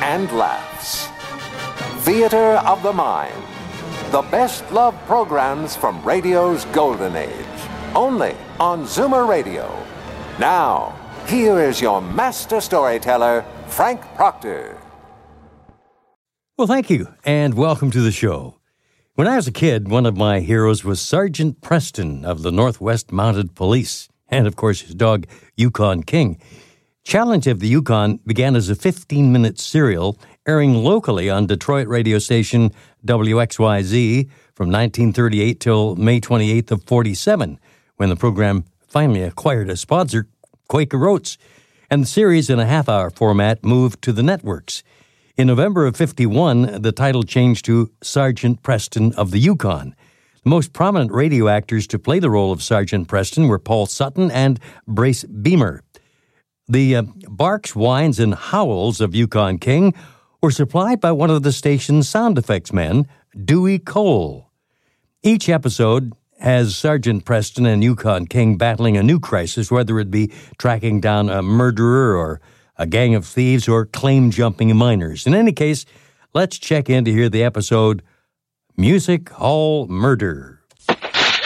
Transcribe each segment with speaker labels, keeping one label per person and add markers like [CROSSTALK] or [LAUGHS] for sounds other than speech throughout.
Speaker 1: and laughs. Theater of the Mind. The best love programs from radio's golden age. Only on Zoomer Radio. Now, here is your master storyteller, Frank Proctor.
Speaker 2: Well, thank you, and welcome to the show. When I was a kid, one of my heroes was Sergeant Preston of the Northwest Mounted Police, and of course his dog, Yukon King. Challenge of the Yukon began as a 15 minute serial airing locally on Detroit radio station WXYZ from 1938 till May 28th of 47, when the program finally acquired a sponsor, Quaker Oats, and the series in a half hour format moved to the networks. In November of 51, the title changed to Sergeant Preston of the Yukon. The most prominent radio actors to play the role of Sergeant Preston were Paul Sutton and Brace Beamer. The uh, barks, whines, and howls of Yukon King were supplied by one of the station's sound effects men, Dewey Cole. Each episode has Sergeant Preston and Yukon King battling a new crisis, whether it be tracking down a murderer or a gang of thieves or claim jumping miners. In any case, let's check in to hear the episode Music Hall Murder.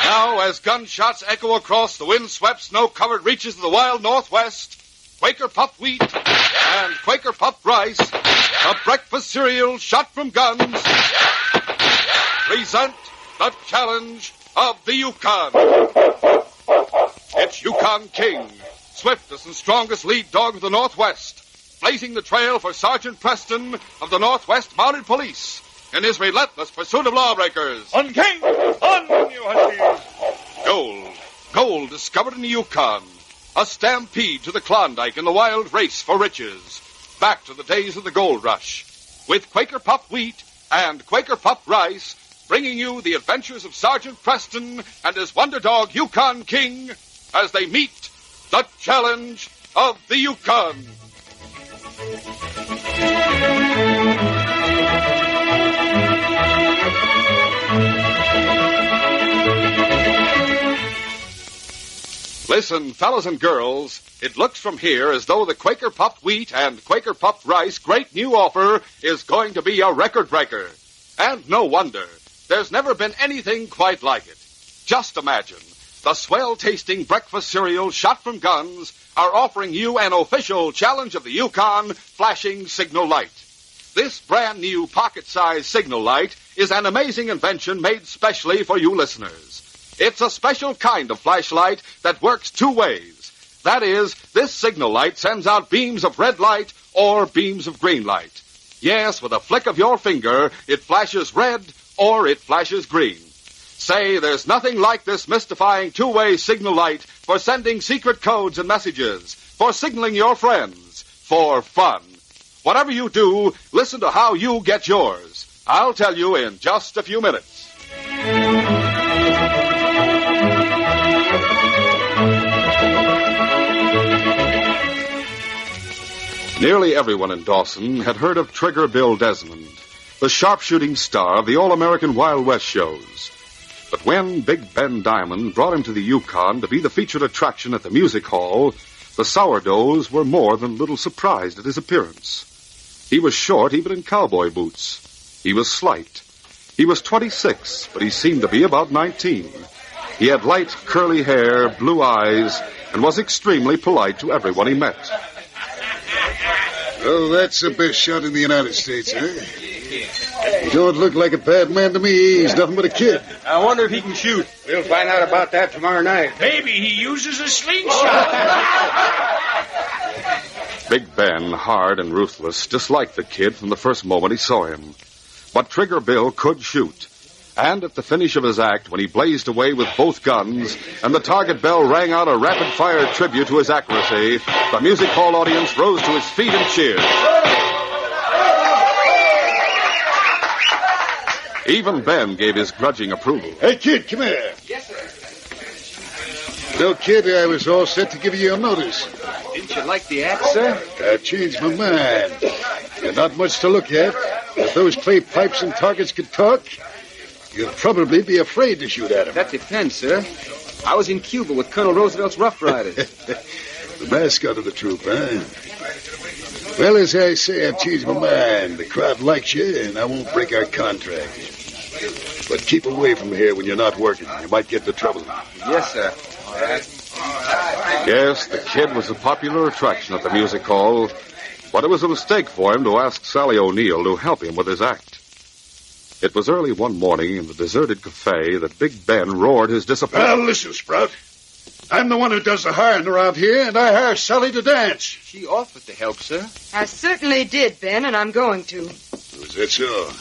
Speaker 3: Now, as gunshots echo across the windswept, snow covered reaches of the wild Northwest, Quaker puffed wheat and Quaker puffed rice, the breakfast cereal shot from guns, present the challenge of the Yukon. It's Yukon King, swiftest and strongest lead dog of the Northwest, blazing the trail for Sergeant Preston of the Northwest Mounted Police in his relentless pursuit of lawbreakers.
Speaker 4: On King! On you huskies!
Speaker 3: Gold. Gold discovered in the Yukon. A stampede to the Klondike in the wild race for riches. Back to the days of the gold rush. With Quaker Puff Wheat and Quaker Puff Rice, bringing you the adventures of Sergeant Preston and his wonder dog Yukon King as they meet the challenge of the Yukon. Listen, fellas and girls, it looks from here as though the Quaker puffed wheat and Quaker puffed rice great new offer is going to be a record breaker. And no wonder. There's never been anything quite like it. Just imagine. The swell tasting breakfast cereals shot from guns are offering you an official challenge of the Yukon flashing signal light. This brand new pocket sized signal light is an amazing invention made specially for you listeners. It's a special kind of flashlight that works two ways. That is, this signal light sends out beams of red light or beams of green light. Yes, with a flick of your finger, it flashes red or it flashes green. Say, there's nothing like this mystifying two way signal light for sending secret codes and messages, for signaling your friends, for fun. Whatever you do, listen to how you get yours. I'll tell you in just a few minutes. Nearly everyone in Dawson had heard of Trigger Bill Desmond, the sharpshooting star of the All American Wild West shows. But when Big Ben Diamond brought him to the Yukon to be the featured attraction at the music hall, the sourdoughs were more than a little surprised at his appearance. He was short even in cowboy boots. He was slight. He was 26, but he seemed to be about 19. He had light, curly hair, blue eyes, and was extremely polite to everyone he met.
Speaker 5: Oh, that's the best shot in the United States, huh? You don't look like a bad man to me. He's nothing but a kid.
Speaker 6: I wonder if he can shoot. We'll find out about that tomorrow night.
Speaker 4: Maybe he uses a slingshot.
Speaker 3: Big Ben, hard and ruthless, disliked the kid from the first moment he saw him. But Trigger Bill could shoot. And at the finish of his act, when he blazed away with both guns and the target bell rang out a rapid fire tribute to his accuracy, the music hall audience rose to its feet and cheered. Even Ben gave his grudging approval.
Speaker 5: Hey, kid, come here. Yes, sir. No, kid, I was all set to give you your notice.
Speaker 6: Didn't you like the act, sir?
Speaker 5: I changed my mind. You're not much to look at. If those clay pipes and targets could talk, you'd probably be afraid to shoot at 'em.
Speaker 6: That depends, sir. I was in Cuba with Colonel Roosevelt's Rough Riders.
Speaker 5: [LAUGHS] The mascot of the troop, huh? Well, as I say, I've changed my mind. The crowd likes you, and I won't break our contract. But keep away from here when you're not working. You might get into trouble.
Speaker 6: yes, sir.
Speaker 3: Yes, the kid was a popular attraction at the music hall, but it was a mistake for him to ask Sally O'Neill to help him with his act. It was early one morning in the deserted cafe that Big Ben roared his
Speaker 5: Well,
Speaker 3: disappointment.
Speaker 5: listen, Sprout. I'm the one who does the hiring around here, and I hire Sally to dance.
Speaker 6: She offered to help, sir.
Speaker 7: I certainly did, Ben, and I'm going to.
Speaker 5: Is that so?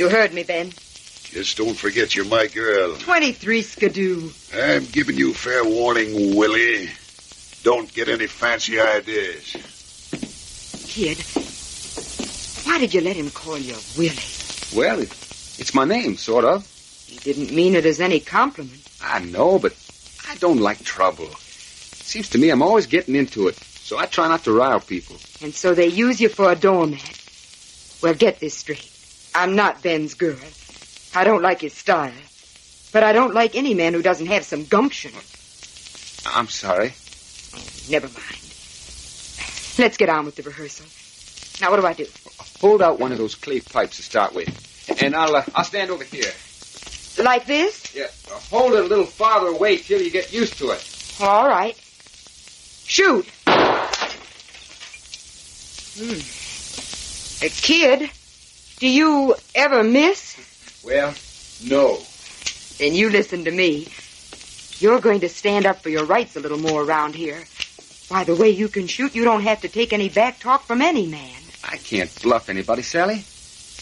Speaker 7: You heard me, Ben.
Speaker 5: Just don't forget you're my girl.
Speaker 7: 23 Skidoo.
Speaker 5: I'm giving you fair warning, Willie. Don't get any fancy ideas.
Speaker 7: Kid, why did you let him call you Willie?
Speaker 6: Well, it, it's my name, sort of.
Speaker 7: He didn't mean it as any compliment.
Speaker 6: I know, but I don't like trouble. Seems to me I'm always getting into it, so I try not to rile people.
Speaker 7: And so they use you for a doormat. Well, get this straight. I'm not Ben's girl. I don't like his style. But I don't like any man who doesn't have some gumption.
Speaker 6: I'm sorry.
Speaker 7: Never mind. Let's get on with the rehearsal. Now, what do I do?
Speaker 6: Hold out one of those clay pipes to start with, and I'll uh, I'll stand over here.
Speaker 7: Like this?
Speaker 6: Yeah, uh, hold it a little farther away till you get used to it.
Speaker 7: All right. Shoot. Hmm. Uh, Kid, do you ever miss?
Speaker 6: Well, no.
Speaker 7: Then you listen to me. You're going to stand up for your rights a little more around here. Why, the way you can shoot, you don't have to take any back talk from any man.
Speaker 6: I can't bluff anybody, Sally.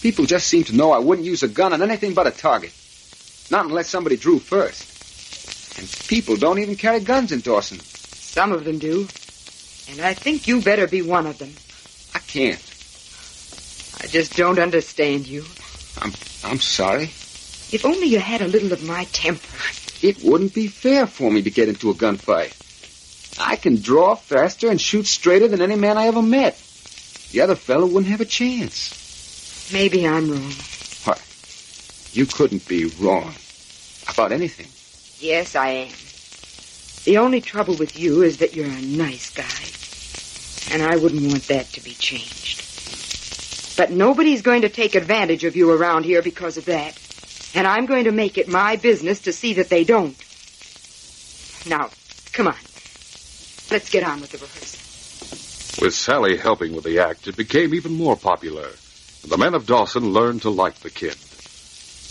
Speaker 6: People just seem to know I wouldn't use a gun on anything but a target. Not unless somebody drew first. And people don't even carry guns in Dawson.
Speaker 7: Some of them do. And I think you better be one of them.
Speaker 6: I can't.
Speaker 7: I just don't understand you.
Speaker 6: I'm sorry.
Speaker 7: If only you had a little of my temper.
Speaker 6: It wouldn't be fair for me to get into a gunfight. I can draw faster and shoot straighter than any man I ever met. The other fellow wouldn't have a chance.
Speaker 7: Maybe I'm wrong.
Speaker 6: You couldn't be wrong about anything.
Speaker 7: Yes, I am. The only trouble with you is that you're a nice guy. And I wouldn't want that to be changed. But nobody's going to take advantage of you around here because of that. And I'm going to make it my business to see that they don't. Now, come on. Let's get on with the rehearsal.
Speaker 3: With Sally helping with the act, it became even more popular. and The men of Dawson learned to like the kid.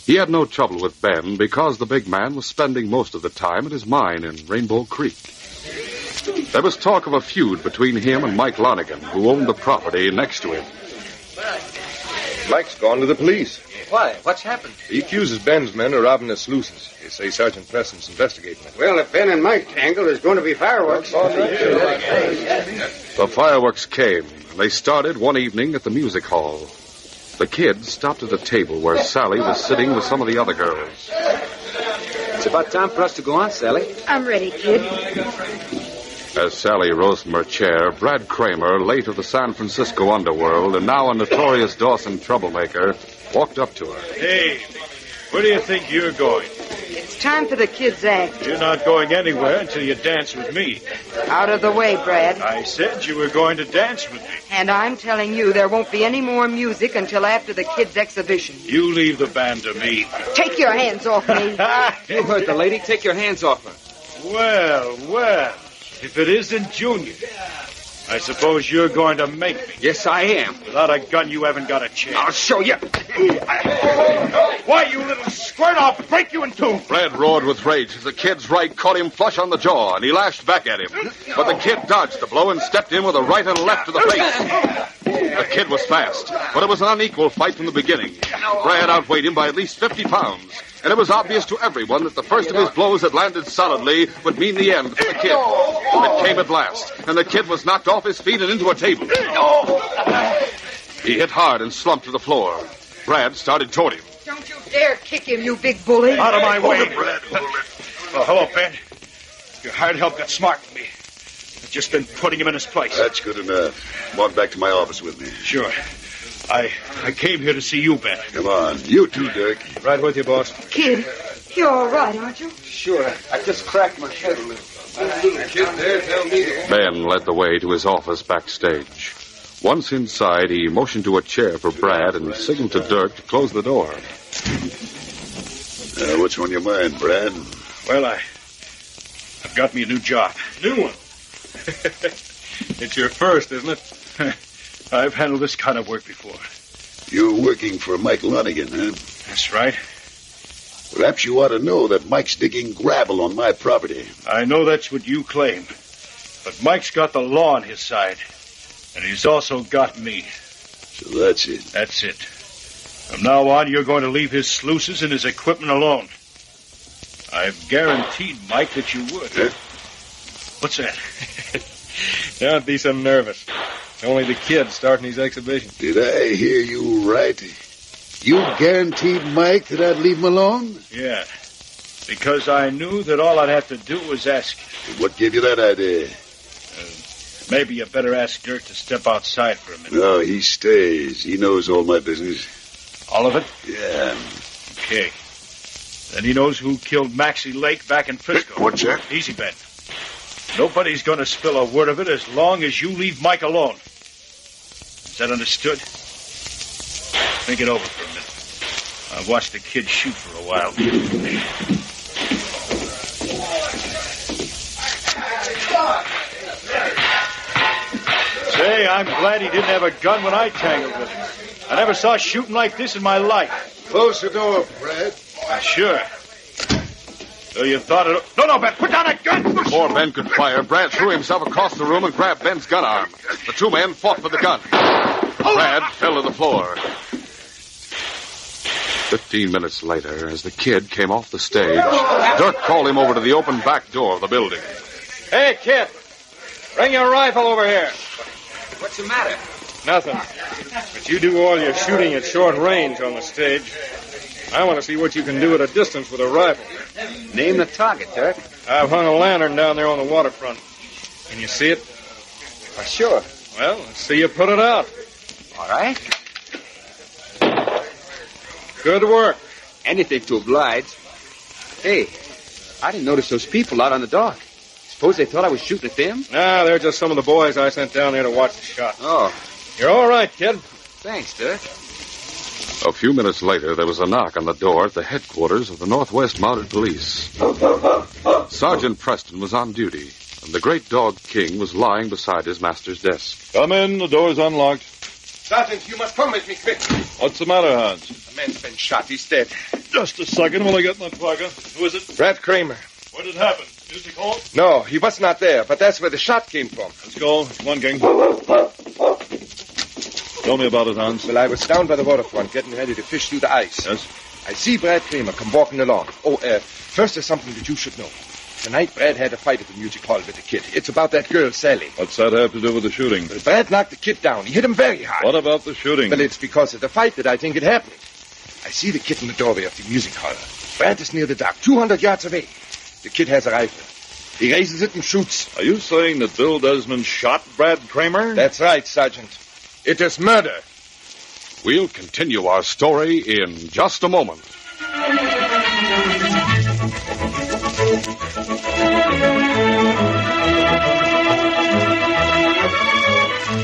Speaker 3: He had no trouble with Ben because the big man was spending most of the time at his mine in Rainbow Creek. There was talk of a feud between him and Mike Lonigan, who owned the property next to him.
Speaker 8: Mike's gone to the police.
Speaker 6: Why? What's happened?
Speaker 8: He accuses Ben's men of robbing the sluices. They say Sergeant Preston's investigating it.
Speaker 6: Well, if Ben and Mike tangle, there's going to be fireworks.
Speaker 3: The fireworks came, and they started one evening at the music hall. The kid stopped at a table where Sally was sitting with some of the other girls.
Speaker 6: It's about time for us to go on, Sally.
Speaker 7: I'm ready, kid.
Speaker 3: As Sally rose from her chair, Brad Kramer, late of the San Francisco underworld and now a notorious Dawson troublemaker, walked up to her.
Speaker 9: Hey, where do you think you're going?
Speaker 7: It's time for the kids' act.
Speaker 9: You're not going anywhere until you dance with me.
Speaker 7: Out of the way, Brad.
Speaker 9: I said you were going to dance with me.
Speaker 7: And I'm telling you, there won't be any more music until after the kids' exhibition.
Speaker 9: You leave the band to me.
Speaker 7: Take your hands off [LAUGHS] me.
Speaker 6: You heard the lady. Take your hands off her.
Speaker 9: Well, well, if it isn't Junior, I suppose you're going to make me.
Speaker 6: Yes, I am.
Speaker 9: Without a gun, you haven't got a chance.
Speaker 6: I'll show you.
Speaker 9: Why, you little squirt, I'll break you in two.
Speaker 3: Brad roared with rage as the kid's right caught him flush on the jaw, and he lashed back at him. But the kid dodged the blow and stepped in with a right and a left to the face. The kid was fast, but it was an unequal fight from the beginning. Brad outweighed him by at least 50 pounds. and it was obvious to everyone that the first of his blows that landed solidly would mean the end for the kid. It came at last, and the kid was knocked off his feet and into a table. He hit hard and slumped to the floor. Brad started toward him.
Speaker 7: Don't you dare kick him, you big bully.
Speaker 9: Out of my way. Oh, hello, Ben. Your hired help got smart with me. I've just been putting him in his place.
Speaker 5: That's good enough. Come on back to my office with me.
Speaker 9: Sure. I I came here to see you, Ben.
Speaker 5: Come on. You too, Dirk.
Speaker 9: Right with you, boss.
Speaker 7: Kid, you're all right, aren't you?
Speaker 6: Sure. I just cracked my head a little.
Speaker 3: Ben led the way to his office backstage. Once inside, he motioned to a chair for Brad and signaled to Dirk to close the door.
Speaker 5: Uh, what's on your mind, Brad?
Speaker 9: Well, I I've got me a new job. New one. [LAUGHS] it's your first, isn't it? [LAUGHS] I've handled this kind of work before.
Speaker 5: You're working for Mike Lonigan, huh?
Speaker 9: That's right.
Speaker 5: Perhaps you ought to know that Mike's digging gravel on my property.
Speaker 9: I know that's what you claim. But Mike's got the law on his side. And he's also got me.
Speaker 5: So that's it.
Speaker 9: That's it. From now on, you're going to leave his sluices and his equipment alone. I've guaranteed Mike that you would.
Speaker 5: Huh?
Speaker 9: What's that?
Speaker 8: Don't be so nervous. Only the kid starting his exhibition.
Speaker 5: Did I hear you right? You guaranteed Mike that I'd leave him alone?
Speaker 9: Yeah. Because I knew that all I'd have to do was ask. Uh,
Speaker 5: What gave you that idea?
Speaker 9: Maybe you better ask Dirk to step outside for a minute.
Speaker 5: No, he stays. He knows all my business.
Speaker 9: All of it?
Speaker 5: Yeah.
Speaker 9: Okay. Then he knows who killed Maxie Lake back in Frisco.
Speaker 5: What's that?
Speaker 9: Easy, Ben. Nobody's going to spill a word of it as long as you leave Mike alone. Is that understood? Think it over for a minute. I've watched the kid shoot for a while. Say, I'm glad he didn't have a gun when I tangled with him. I never saw shooting like this in my life. Ah,
Speaker 5: Close the door, Brad.
Speaker 9: Sure. So Oh, you thought it. No, no, Ben, put down that gun!
Speaker 3: Before Ben could fire, Brad threw himself across the room and grabbed Ben's gun arm. The two men fought for the gun. Brad fell to the floor. Fifteen minutes later, as the kid came off the stage, Dirk called him over to the open back door of the building.
Speaker 9: Hey, kid! Bring your rifle over here.
Speaker 6: What's the matter?
Speaker 9: Nothing. But you do all your shooting at short range on the stage. I want to see what you can do at a distance with a rifle.
Speaker 6: Name the target, Dirk.
Speaker 9: I've hung a lantern down there on the waterfront. Can you see it?
Speaker 6: sure.
Speaker 9: Well, let's see you put it out.
Speaker 6: All right.
Speaker 9: Good work.
Speaker 6: Anything to oblige. Hey, I didn't notice those people out on the dock. Suppose they thought I was shooting at them?
Speaker 9: Now, they're just some of the boys I sent down there to watch the shot.
Speaker 6: Oh,
Speaker 9: You're all right, kid.
Speaker 6: thanks, Dirk.
Speaker 3: A few minutes later, there was a knock on the door at the headquarters of the Northwest Mounted Police. Sergeant Preston was on duty, and the great dog King was lying beside his master's desk.
Speaker 8: Come in. The door's unlocked.
Speaker 6: Sergeant, you must come with me quick.
Speaker 8: What's the matter, Hans?
Speaker 6: The man's been shot. He's dead.
Speaker 8: Just a second while I get my pocket. Who is it?
Speaker 6: Brad Kramer.
Speaker 8: What did happen? Music hall?
Speaker 6: No, he was not there, but that's where the shot came from.
Speaker 8: Let's go. Come on, King. Tell me about it, Hans.
Speaker 6: Well, I was down by the waterfront getting ready to fish through the ice.
Speaker 8: Yes?
Speaker 6: I see Brad Kramer come walking along. Oh, uh, first there's something that you should know. Tonight, Brad had a fight at the music hall with the kid. It's about that girl, Sally.
Speaker 8: What's that have to do with the shooting?
Speaker 6: Well, Brad knocked the kid down. He hit him very hard.
Speaker 8: What about the shooting?
Speaker 6: Well, it's because of the fight that I think it happened. I see the kid in the doorway of the music hall. Brad is near the dock, 200 yards away. The kid has a rifle. He raises it and shoots.
Speaker 8: Are you saying that Bill Desmond shot Brad Kramer?
Speaker 6: That's right, Sergeant. It is murder.
Speaker 3: We'll continue our story in just a moment.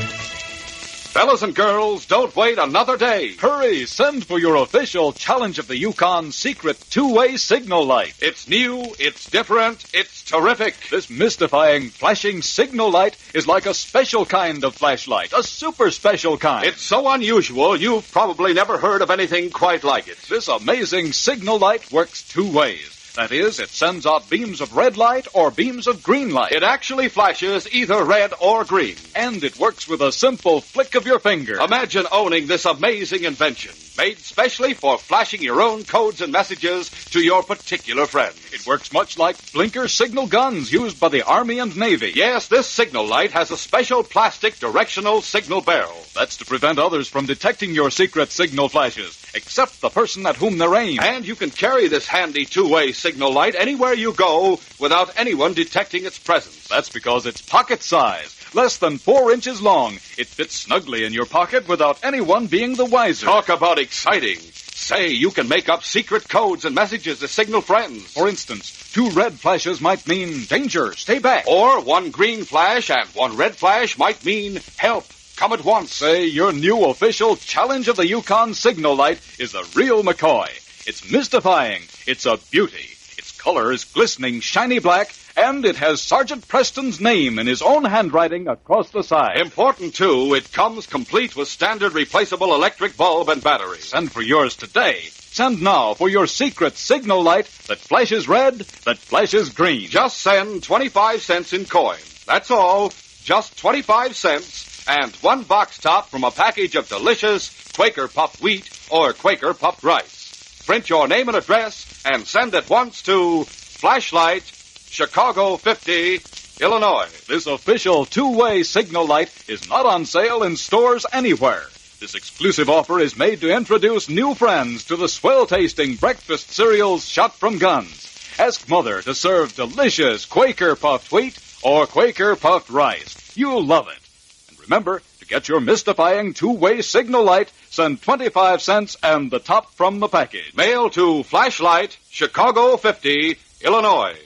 Speaker 3: Fellas and girls, don't wait another day.
Speaker 10: Hurry, send for your official Challenge of the Yukon secret two-way signal light.
Speaker 3: It's new, it's different, it's terrific.
Speaker 10: This mystifying flashing signal light is like a special kind of flashlight, a super special kind.
Speaker 3: It's so unusual, you've probably never heard of anything quite like it.
Speaker 10: This amazing signal light works two ways. That is, it sends out beams of red light or beams of green light.
Speaker 3: It actually flashes either red or green.
Speaker 10: and it works with a simple flick of your finger.
Speaker 3: Imagine owning this amazing invention. made specially for flashing your own codes and messages to your particular friend.
Speaker 10: It works much like blinker signal guns used by the Army and Navy.
Speaker 3: Yes, this signal light has a special plastic directional signal barrel.
Speaker 10: That's to prevent others from detecting your secret signal flashes, except the person at whom they're aimed.
Speaker 3: And you can carry this handy two-way signal light anywhere you go without anyone detecting its presence.
Speaker 10: That's because it's pocket size, less than four inches long. It fits snugly in your pocket without anyone being the wiser.
Speaker 3: Talk about exciting. Say, you can make up secret codes and messages to signal friends.
Speaker 10: For instance, two red flashes might mean danger, stay back.
Speaker 3: Or one green flash and one red flash might mean help. Come at once.
Speaker 10: Say, your new official challenge of the Yukon signal light is the real McCoy. It's mystifying. It's a beauty. Its color is glistening shiny black, and it has Sergeant Preston's name in his own handwriting across the side.
Speaker 3: Ah, Important, too, it comes complete with standard replaceable electric bulb and battery.
Speaker 10: Send for yours today. Send now for your secret signal light that flashes red, that flashes green.
Speaker 3: Just send 25 cents in coin. That's all. Just 25 cents and one box top from a package of delicious Quaker puffed wheat or Quaker puffed rice. Print your name and address and send at once to Flashlight Chicago 50, Illinois.
Speaker 10: This official two way signal light is not on sale in stores anywhere. This exclusive offer is made to introduce new friends to the swell tasting breakfast cereals shot from guns. Ask Mother to serve delicious Quaker puffed wheat or Quaker puffed rice. You'll love it. And remember, to get your mystifying two way signal light, send 25 cents and the top from the package.
Speaker 3: Mail to Flashlight, Chicago 50, Illinois.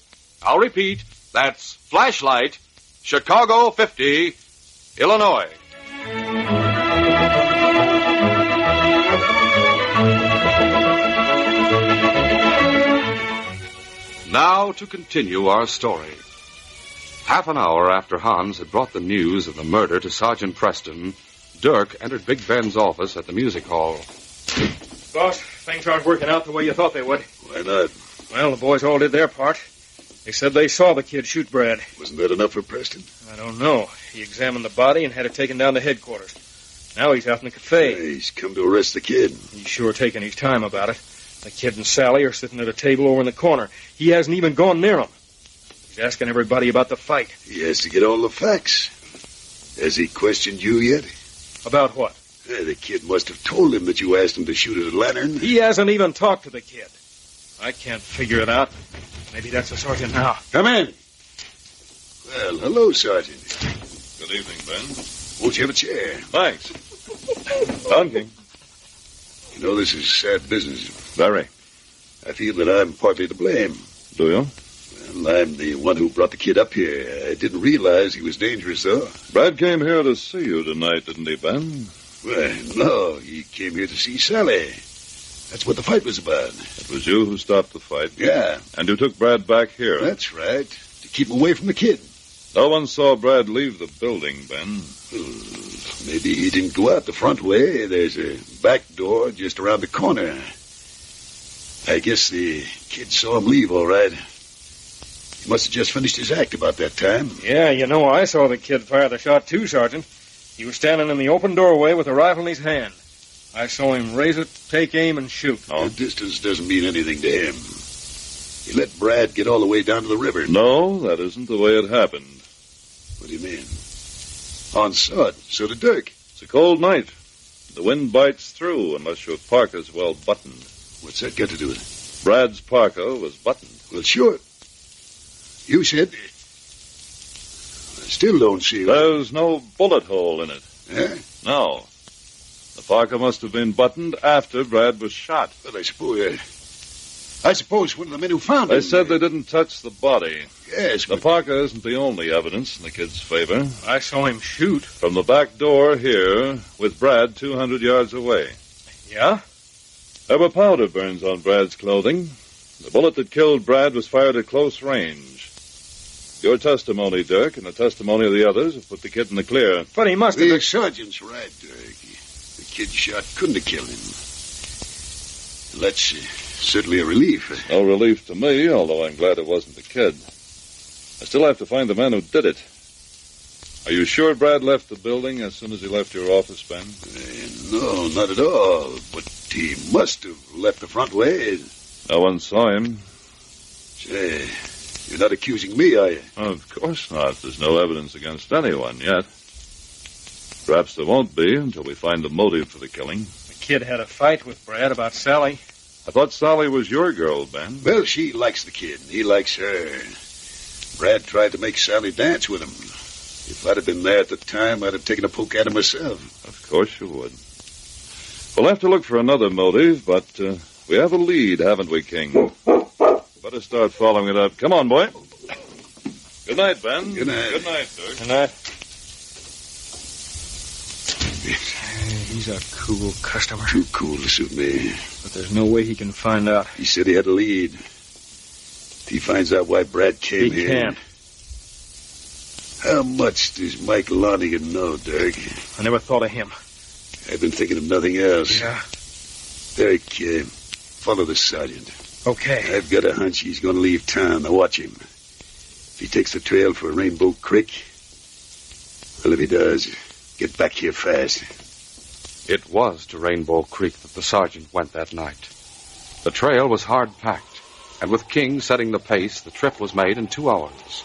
Speaker 3: I'll repeat, that's Flashlight, Chicago 50, Illinois. Now to continue our story. Half an hour after Hans had brought the news of the murder to Sergeant Preston, Dirk entered Big Ben's office at the music hall.
Speaker 9: Boss, things aren't working out the way you thought they would.
Speaker 5: Why not?
Speaker 9: Well, the boys all did their part. They said they saw the kid shoot Brad.
Speaker 5: Wasn't that enough for Preston?
Speaker 9: I don't know. He examined the body and had it taken down to headquarters. Now he's out in the cafe.
Speaker 5: Hey, he's come to arrest the kid.
Speaker 9: He's sure taking his time about it. The kid and Sally are sitting at a table over in the corner. He hasn't even gone near them. He's asking everybody about the fight.
Speaker 5: He has to get all the facts. Has he questioned you yet?
Speaker 9: About what?
Speaker 5: Hey, the kid must have told him that you asked him to shoot at a lantern.
Speaker 9: He hasn't even talked to the kid. I can't figure it out. Maybe that's the sergeant now.
Speaker 3: Come in.
Speaker 5: Well, hello, Sergeant.
Speaker 8: Good evening, Ben.
Speaker 5: Won't you have a chair?
Speaker 8: Thanks. Dunking.
Speaker 5: You know, this is sad business.
Speaker 8: Very.
Speaker 5: I feel that I'm partly to blame.
Speaker 8: Do you?
Speaker 5: Well, I'm the one who brought the kid up here. I didn't realize he was dangerous, though.
Speaker 8: Brad came here to see you tonight, didn't he, Ben?
Speaker 5: Well, no. He came here to see Sally. That's what the fight was about.
Speaker 8: It was you who stopped the fight.
Speaker 5: Yeah.
Speaker 8: And you took Brad back here.
Speaker 5: That's right. To keep away from the kid.
Speaker 8: No one saw Brad leave the building, Ben.
Speaker 6: Hmm.
Speaker 5: Maybe he didn't go out the front way. There's a back door just around the corner. I guess the kid saw him leave, all right. He must have just finished his act about that time.
Speaker 9: Yeah, you know, I saw the kid fire the shot, too, Sergeant. He was standing in the open doorway with a rifle in his hand. I saw him raise it, take aim, and shoot.
Speaker 5: Oh. The distance doesn't mean anything to him. He let Brad get all the way down to the river.
Speaker 8: No, that isn't the way it happened.
Speaker 5: What do you mean? Hans saw it. So did Dirk.
Speaker 8: It's a cold night. The wind bites through unless your parka's well buttoned.
Speaker 5: What's that got to do with it?
Speaker 8: Brad's parka was buttoned.
Speaker 5: Well, sure. You said. I still don't see. Eh?
Speaker 8: What... There's no bullet hole in it.
Speaker 5: Huh?
Speaker 8: No. The parka must have been buttoned after Brad was shot.
Speaker 5: Well, I suppose. Uh, I suppose one of the men who found
Speaker 8: they
Speaker 5: him.
Speaker 8: They said they didn't touch the body.
Speaker 5: Yes.
Speaker 8: The but... parka isn't the only evidence in the kid's favor.
Speaker 9: I saw him shoot
Speaker 8: from the back door here with Brad 200 yards away.
Speaker 5: [LAUGHS]
Speaker 9: Yeah.
Speaker 8: There were powder burns on Brad's clothing. The bullet that killed Brad was fired at close range. Your testimony, Dirk, and the testimony of the others have put the kid in the clear.
Speaker 9: But he must
Speaker 5: the
Speaker 9: have.
Speaker 5: The sergeant's right, Dirk kid shot couldn't have killed him. That's uh, certainly a relief.
Speaker 8: It's no relief to me, although I'm glad it wasn't the kid. I still have to find the man who did it. Are you sure Brad left the building as soon as he left your office, Ben?
Speaker 5: No, Oh, not at all. But he must have left the front way.
Speaker 8: No one saw him.
Speaker 5: Say, you're not accusing me, are you?
Speaker 8: Of course not. There's no evidence against anyone yet. Perhaps there won't be until we find the motive for the killing.
Speaker 11: The kid had a fight with Brad about Sally.
Speaker 8: I thought Sally was your girl, Ben.
Speaker 5: Well, she likes the kid. and He likes her. Brad tried to make Sally dance with him. If I'd have been there at the time, I'd have taken a poke at him myself.
Speaker 8: Of course you would. We'll have to look for another motive, but uh, we have a lead, haven't we, King? Better start following it up. Come on, boy. Good night, Ben.
Speaker 5: Good night.
Speaker 8: Good night, Dirk.
Speaker 12: And I,
Speaker 13: He's a cool customer,
Speaker 5: Too cool to suit me.
Speaker 13: but there's no way he can find out.
Speaker 5: He said he had a lead. If he finds out why Brad
Speaker 13: He
Speaker 5: came here.
Speaker 13: can't.
Speaker 5: How much does Mike Lonigan know, Dirk?
Speaker 13: I never thought of him.
Speaker 5: I've been thinking of nothing else.
Speaker 13: Yeah.
Speaker 5: There he came. Follow the sergeant.
Speaker 13: Okay.
Speaker 5: I've got a hunch he's going to leave town. Now watch him. If he takes the trail for Rainbow Creek, well, if he does, get back here fast.
Speaker 3: It was to Rainbow Creek that the sergeant went that night. The trail was hard packed, and with King setting the pace, the trip was made in two hours.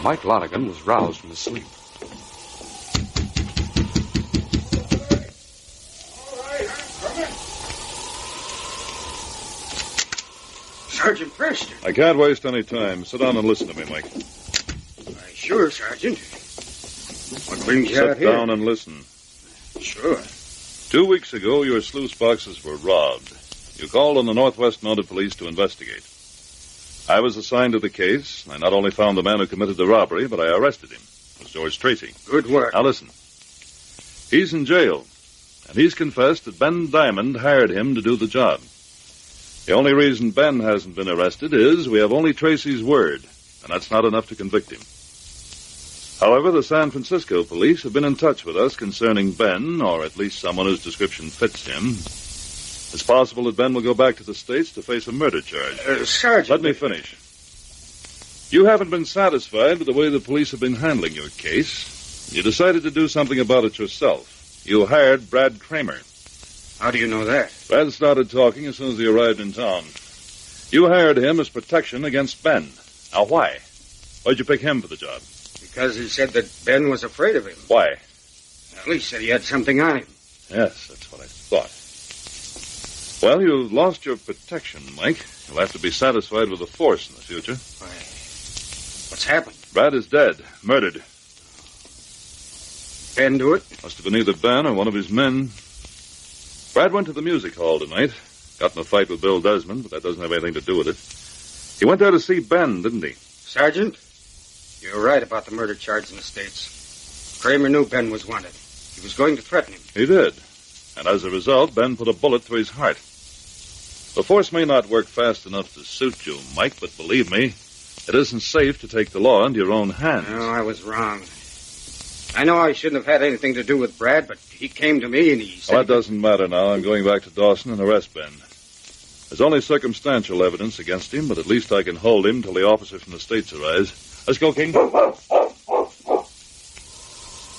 Speaker 3: Mike Lonigan was roused from his sleep.
Speaker 6: Sergeant Preston.
Speaker 8: I can't waste any time. Sit down and listen to me, Mike.
Speaker 6: Why, sure, Sergeant. What brings you
Speaker 8: Sit
Speaker 6: out here?
Speaker 8: down and listen.
Speaker 6: Sure.
Speaker 8: Two weeks ago, your sluice boxes were robbed. You called on the Northwest Mounted Police to investigate. I was assigned to the case. I not only found the man who committed the robbery, but I arrested him. It was George Tracy.
Speaker 6: Good work.
Speaker 8: Now listen. He's in jail, and he's confessed that Ben Diamond hired him to do the job. The only reason Ben hasn't been arrested is we have only Tracy's word, and that's not enough to convict him. However, the San Francisco police have been in touch with us concerning Ben, or at least someone whose description fits him. It's possible that Ben will go back to the States to face a murder charge.
Speaker 6: Uh, Sergeant.
Speaker 8: Let me finish. You haven't been satisfied with the way the police have been handling your case. You decided to do something about it yourself. You hired Brad Kramer.
Speaker 6: How do you know that?
Speaker 8: Brad started talking as soon as he arrived in town. You hired him as protection against Ben. Now, why? Why'd you pick him for the job?
Speaker 6: Because he said that Ben was afraid of him.
Speaker 8: Why?
Speaker 6: At least said he had something on him.
Speaker 8: Yes, that's what I thought. Well, you've lost your protection, Mike. You'll have to be satisfied with the force in the future.
Speaker 6: What's happened?
Speaker 8: Brad is dead, murdered.
Speaker 6: Ben do it?
Speaker 8: Must have been either Ben or one of his men. Brad went to the music hall tonight. Got in a fight with Bill Desmond, but that doesn't have anything to do with it. He went there to see Ben, didn't he?
Speaker 6: Sergeant, you're right about the murder charge in the States. Kramer knew Ben was wanted. He was going to threaten him.
Speaker 8: He did. And as a result, Ben put a bullet through his heart. The force may not work fast enough to suit you, Mike, but believe me, it isn't safe to take the law into your own hands.
Speaker 6: No, I was wrong. I know I shouldn't have had anything to do with Brad, but he came to me and he said.
Speaker 8: Well, that doesn't matter now. I'm going back to Dawson and arrest Ben. There's only circumstantial evidence against him, but at least I can hold him till the officer from the States arrives. Let's go, King.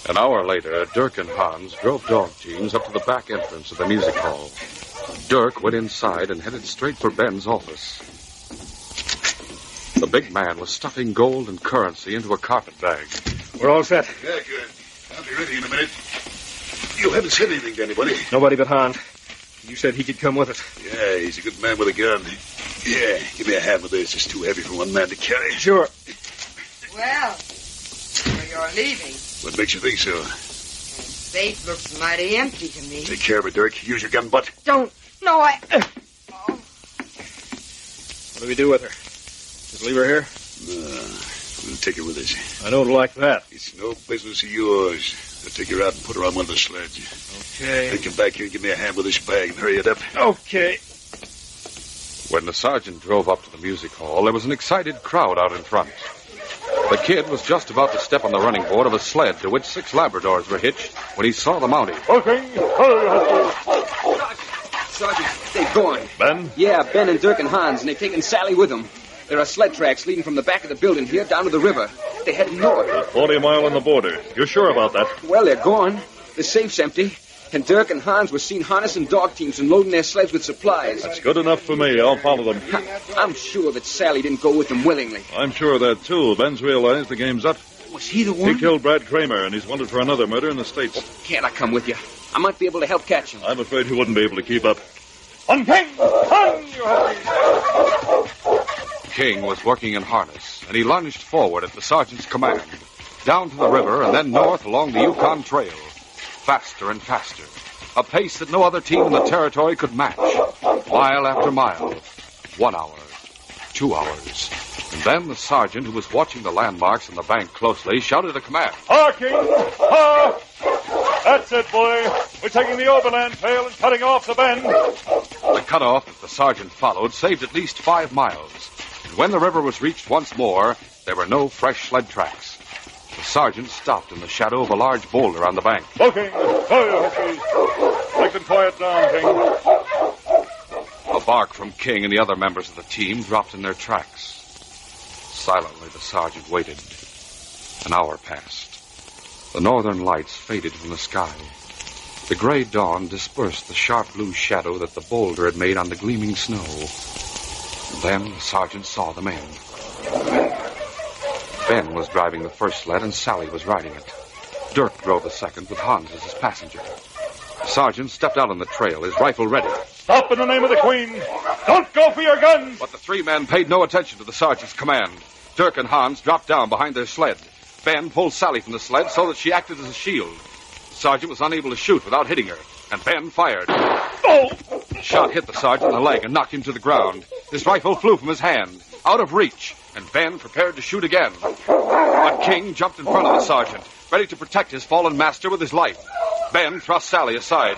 Speaker 3: An hour later, Dirk and Hans drove dog teams up to the back entrance of the music hall. Dirk went inside and headed straight for Ben's office. The big man was stuffing gold and currency into a carpet bag.
Speaker 13: We're all set.
Speaker 5: Yeah, good. I'll be ready in a minute. You haven't said anything to anybody.
Speaker 13: Nobody but Hans. You said he could come with us.
Speaker 5: Yeah, he's a good man with a gun. Yeah, give me a hand with this. It's too heavy for one man to carry.
Speaker 13: Sure.
Speaker 7: Well, so you're leaving.
Speaker 5: What makes you think so?
Speaker 7: State looks mighty empty to me.
Speaker 5: Take care of it, Dirk. Use your gun butt.
Speaker 7: Don't. No, I. uh,
Speaker 13: What do we do with her? Just leave her here?
Speaker 5: No, we'll take her with us.
Speaker 13: I don't like that.
Speaker 5: It's no business of yours. I'll take her out and put her on one of the sleds.
Speaker 13: Okay.
Speaker 5: Then come back here and give me a hand with this bag and hurry it up.
Speaker 13: Okay.
Speaker 3: When the sergeant drove up to the music hall, there was an excited crowd out in front. The kid was just about to step on the running board of a sled to which six Labradors were hitched when he saw the Mountie.
Speaker 9: Sergeant, they're going.
Speaker 8: Ben?
Speaker 9: Yeah, Ben and Dirk and Hans, and they've taken Sally with them. There are sled tracks leading from the back of the building here down to the river.
Speaker 6: They head north.
Speaker 8: 40 mile on the border. You're sure about that?
Speaker 6: Well, they're gone. The safe's empty. And Dirk and Hans were seen harnessing dog teams and loading their sleds with supplies.
Speaker 8: It's good enough for me. I'll follow them.
Speaker 6: I'm sure that Sally didn't go with them willingly.
Speaker 8: I'm sure of that, too. Ben's realized the game's up.
Speaker 6: Was he the Oh,
Speaker 8: He killed Brad Kramer, and he's wanted for another murder in the States.
Speaker 6: can't I come with you? I might be able to help catch him.
Speaker 8: I'm afraid he wouldn't be able to keep up.
Speaker 9: On King! On, your
Speaker 3: King was working in harness, and he lunged forward at the sergeant's command, down to the river and then north along the Yukon Trail, faster and faster, a pace that no other team in the territory could match, mile after mile, one hour, two hours. And then the sergeant, who was watching the landmarks and the bank closely, shouted a command.
Speaker 8: Ha, King! Ha! That's it, boy. We're taking the overland trail and cutting off the bend.
Speaker 3: The cutoff that the sergeant followed saved at least five miles. And when the river was reached once more, there were no fresh sled tracks. The sergeant stopped in the shadow of a large boulder on the bank.
Speaker 8: Go, King! Go, King! Make them quiet down, King.
Speaker 3: A bark from King and the other members of the team dropped in their tracks. Silently, the sergeant waited. An hour passed. The northern lights faded from the sky. The gray dawn dispersed the sharp blue shadow that the boulder had made on the gleaming snow. Then the sergeant saw the man. Ben was driving the first sled, and Sally was riding it. Dirk drove the second with Hans as his passenger. The sergeant stepped out on the trail, his rifle ready.
Speaker 8: Stop in the name of the Queen! Don't go for your guns!
Speaker 3: But the three men paid no attention to the sergeant's command. Dirk and Hans dropped down behind their sled. Ben pulled Sally from the sled so that she acted as a shield. The sergeant was unable to shoot without hitting her, and Ben fired.
Speaker 9: Oh!
Speaker 3: The shot hit the sergeant in the leg and knocked him to the ground. His rifle flew from his hand, out of reach, and Ben prepared to shoot again. But King jumped in front of the sergeant, ready to protect his fallen master with his life. Ben thrust Sally aside.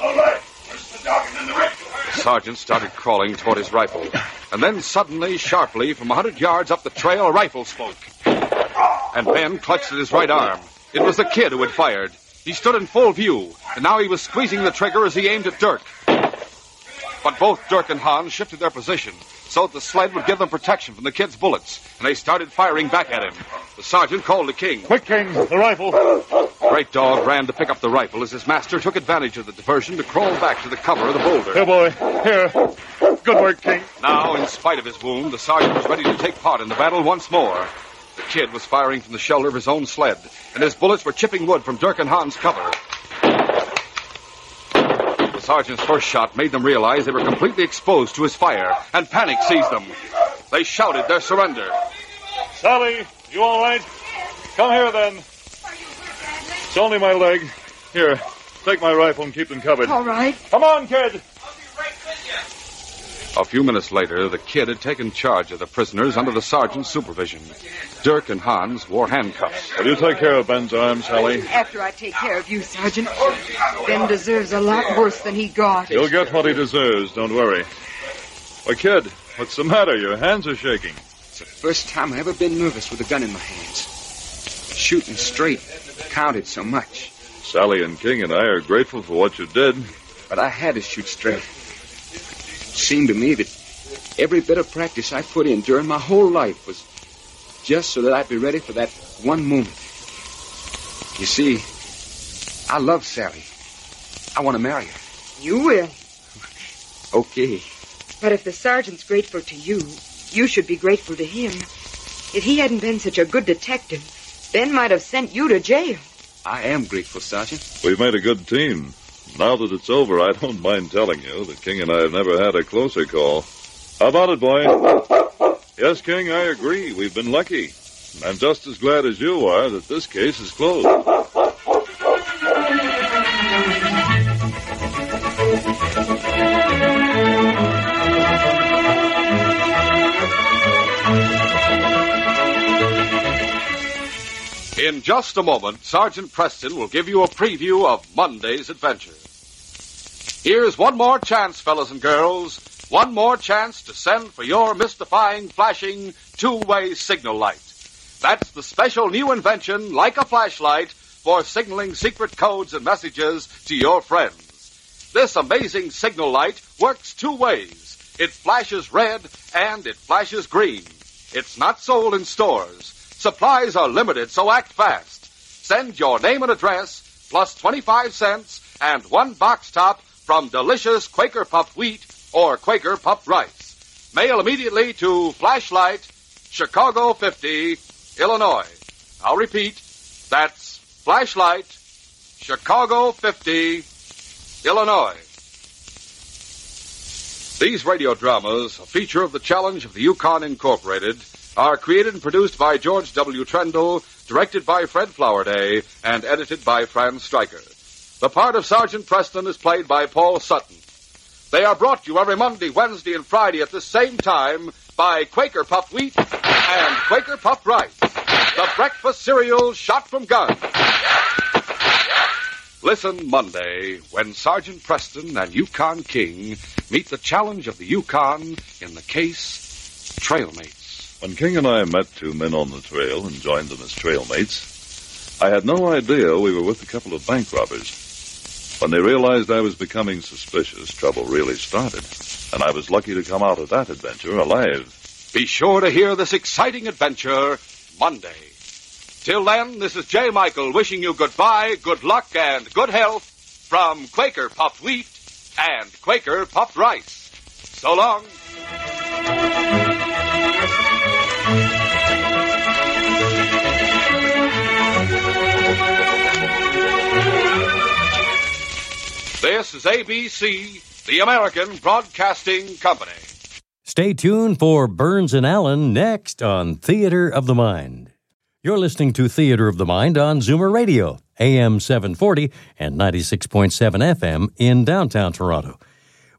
Speaker 9: All right. Where's the dog and then the red?
Speaker 3: The sergeant started crawling toward his rifle, and then suddenly, sharply, from a hundred yards up the trail, a rifle spoke. And Ben clutched at his right arm. It was the kid who had fired. He stood in full view, and now he was squeezing the trigger as he aimed at Dirk. But both Dirk and Hans shifted their position so that the sled would give them protection from the kid's bullets, and they started firing back at him. The sergeant called to King.
Speaker 8: Quick, King, the rifle.
Speaker 3: Great Dog ran to pick up the rifle as his master took advantage of the diversion to crawl back to the cover of the boulder.
Speaker 8: Here, Oh, boy. Here. Good work, King.
Speaker 3: Now, in spite of his wound, the sergeant was ready to take part in the battle once more. The kid was firing from the shelter of his own sled, and his bullets were chipping wood from Dirk and Hans' cover. The sergeant's first shot made them realize they were completely exposed to his fire, and panic seized them. They shouted their surrender.
Speaker 8: Sally, you all right? Come here, then. It's only my leg. Here, take my rifle and keep them covered.
Speaker 7: All right.
Speaker 8: Come on, kid.
Speaker 3: A few minutes later, the kid had taken charge of the prisoners under the sergeant's supervision. Dirk and Hans wore handcuffs.
Speaker 8: Will you take care of Ben's arm, Sally?
Speaker 7: After I take care of you, Sergeant. Ben deserves a lot worse than he got.
Speaker 8: He'll get what he deserves, don't worry. Why, kid, what's the matter? Your hands are shaking.
Speaker 6: First time I ever been nervous with a gun in my hands. Shooting straight counted so much,
Speaker 8: Sally and King and I are grateful for what you did.
Speaker 6: but I had to shoot straight. It seemed to me that every bit of practice I put in during my whole life was just so that I'd be ready for that one moment. You see, I love Sally. I want to marry her.
Speaker 7: You will.
Speaker 6: Okay.
Speaker 7: But if the sergeant's grateful to you, you should be grateful to him. If he hadn't been such a good detective, Ben might have sent you to jail.
Speaker 6: I am grateful, Sergeant.
Speaker 8: We've made a good team. Now that it's over, I don't mind telling you that King and I have never had a closer call. How about it, boy? Yes, King, I agree. We've been lucky. And I'm just as glad as you are that this case is closed.
Speaker 3: In just a moment, Sergeant Preston will give you a preview of Monday's adventure. Here's one more chance, fellas and girls. One more chance to send for your mystifying, flashing, two-way signal light. That's the special new invention, like a flashlight, for signaling secret codes and messages to your friends. This amazing signal light works two ways. It flashes red and it flashes green. It's not sold in stores. Supplies are limited, so act fast. Send your name and address, plus 25 cents, and one box top from delicious Quaker Puffed Wheat or Quaker Puffed Rice. Mail immediately to Flashlight, Chicago 50, Illinois. I'll repeat, that's Flashlight, Chicago 50, Illinois.
Speaker 10: These radio dramas, a feature of the Challenge of the Yukon Incorporated, are created and produced by George W. Trendle, directed by Fred Flowerday, and edited by Franz Stryker. The part of Sergeant Preston is played by Paul Sutton. They are brought to you every Monday, Wednesday, and Friday at the same time by Quaker Puffed Wheat and Quaker Puffed Rice, the breakfast cereal shot from guns.
Speaker 3: Listen Monday when Sergeant Preston and Yukon King meet the challenge of the Yukon in the case Trailmates.
Speaker 8: When King and I met two men on the trail and joined them as trailmates, I had no idea we were with a couple of bank robbers. When they realized I was becoming suspicious, trouble really started, and I was lucky to come out of that adventure alive.
Speaker 3: Be sure to hear this exciting adventure Monday. Till then, this is J. Michael wishing you goodbye, good luck, and good health from Quaker Puffed Wheat and Quaker Puffed Rice. So long. This is ABC, the American Broadcasting Company.
Speaker 2: Stay tuned for Burns and Allen next on Theater of the Mind. You're listening to Theater of the Mind on Zoomer Radio, AM 740 and 96.7 FM in downtown Toronto.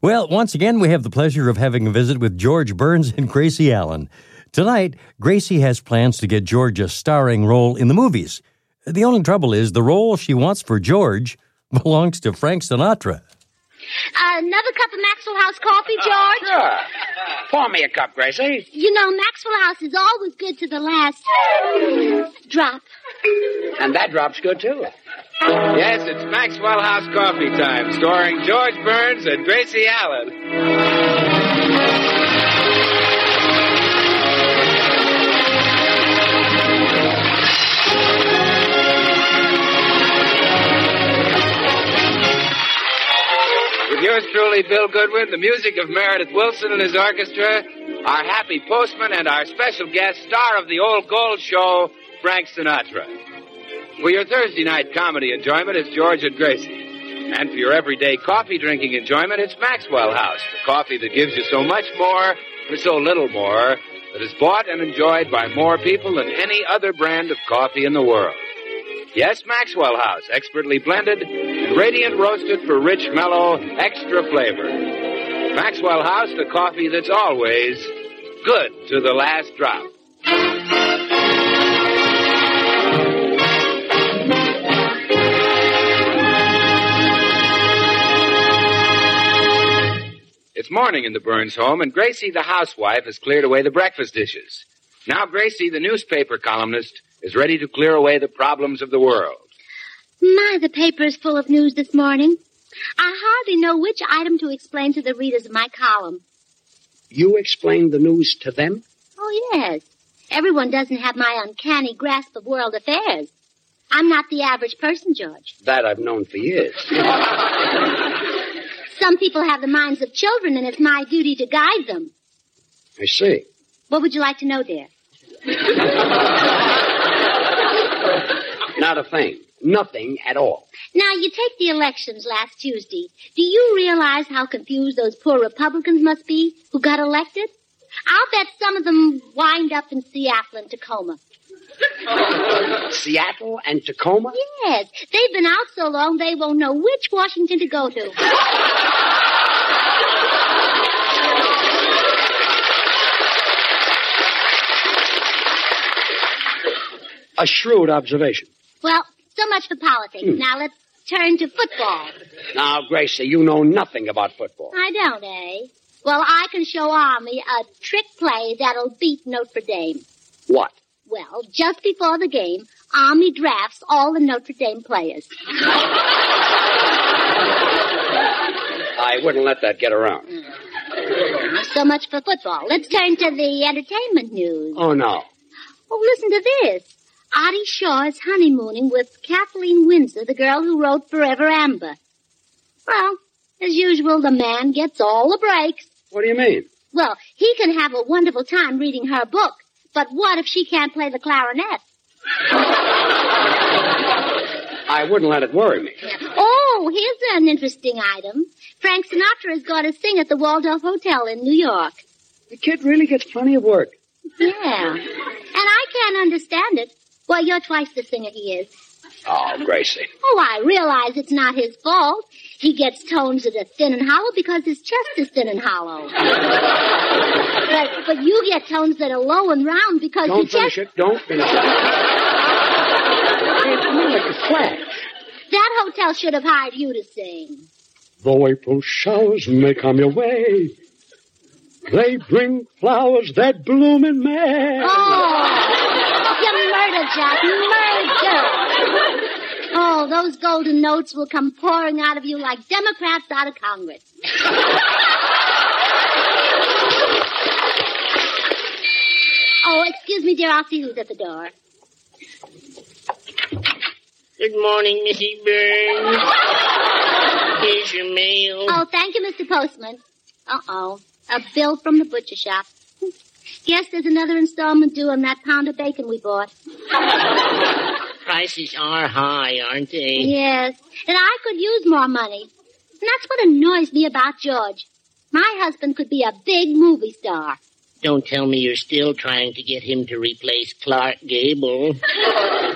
Speaker 2: Well, once again, we have the pleasure of having a visit with George Burns and Gracie Allen. Tonight, Gracie has plans to get George a starring role in the movies. The only trouble is the role she wants for George [LAUGHS] belongs to Frank Sinatra.
Speaker 14: Another cup of Maxwell House coffee, George?
Speaker 15: Sure. Pour me a cup, Gracie.
Speaker 14: You know, Maxwell House is always good to the last drop.
Speaker 15: And that drop's good, too.
Speaker 16: Yes, it's Maxwell House Coffee Time, starring George Burns and Gracie Allen. With yours truly, Bill Goodwin, the music of Meredith Wilson and his orchestra, our happy postman, and our special guest, star of the Old Gold Show, Frank Sinatra. For your Thursday night comedy enjoyment, it's George and Gracie. And for your everyday coffee drinking enjoyment, it's Maxwell House, the coffee that gives you so much more for so little more, that is bought and enjoyed by more people than any other brand of coffee in the world. Yes, Maxwell House, expertly blended and radiant roasted for rich, mellow, extra flavor. Maxwell House, the coffee that's always good to the last drop. It's morning in the Burns home, and Gracie, the housewife, has cleared away the breakfast dishes. Now, Gracie, the newspaper columnist, is ready to clear away the problems of the world.
Speaker 14: My, the paper is full of news this morning. I hardly know which item to explain to the readers of my column.
Speaker 15: You explained the news to them?
Speaker 14: Oh, yes. Everyone doesn't have my uncanny grasp of world affairs. I'm not the average person, George.
Speaker 15: That I've known for years.
Speaker 14: Some people have the minds of children, and it's my duty to guide them.
Speaker 15: I see.
Speaker 14: What would you like to know, dear?
Speaker 15: Not a thing. Nothing at all.
Speaker 14: Now, you take the elections last Tuesday. Do you realize how confused those poor Republicans must be who got elected? I'll bet some of them wind up in Seattle and Tacoma.
Speaker 15: Seattle and Tacoma?
Speaker 14: Yes, they've been out so long they won't know which Washington to go to.
Speaker 15: A shrewd observation.
Speaker 14: well, so much for politics. Now let's turn to football.
Speaker 15: Now, Gracie, you know nothing about football.
Speaker 14: I don't, eh? Well, I can show Army a trick play that'll beat Notre Dame.
Speaker 15: What?
Speaker 14: Well, just before the game, Army drafts all the Notre Dame players.
Speaker 15: I wouldn't let that get around.
Speaker 14: Ah, So much for football. Let's turn to the entertainment news.
Speaker 15: Oh, no.
Speaker 14: Oh, listen to this. Artie Shaw is honeymooning with Kathleen Windsor, the girl who wrote Forever Amber. Well, as usual, the man gets all the breaks.
Speaker 15: What do you mean?
Speaker 14: Well, he can have a wonderful time reading her book, but what if she can't play the clarinet?
Speaker 15: I wouldn't let it worry me.
Speaker 14: Oh, here's an interesting item. Frank Sinatra is going to sing at the Waldorf Hotel in New York.
Speaker 15: The kid really gets plenty of work.
Speaker 14: Yeah. And I can't understand it. Well, you're twice the singer he is.
Speaker 15: Oh, Gracie.
Speaker 14: Oh, I realize it's not his fault. He gets tones that are thin and hollow because his chest is thin and hollow. but, but you get tones that are low and round because your
Speaker 15: Don't
Speaker 14: chest...
Speaker 15: finish it. Don't finish it. It's more like a flash.
Speaker 14: That hotel should have hired you to sing.
Speaker 17: Though April showers may come your way, they bring flowers that bloom in May.
Speaker 14: Oh, you murder, Jack, murder! Oh, those golden notes will come pouring out of you like Democrats out of Congress. oh, excuse me, dear. I'll see who's at the door.
Speaker 18: Good morning, Missy Burns. Here's your mail.
Speaker 14: Oh, thank you, Mr. Postman. Uh-oh. A bill from the butcher shop. Yes, there's another installment due on that pound of bacon we bought.
Speaker 18: Prices are high, aren't they?
Speaker 14: Yes, and I could use more money. And that's what annoys me about George. My husband could be a big movie star.
Speaker 18: Don't tell me you're still trying to get him to replace Clark Gable.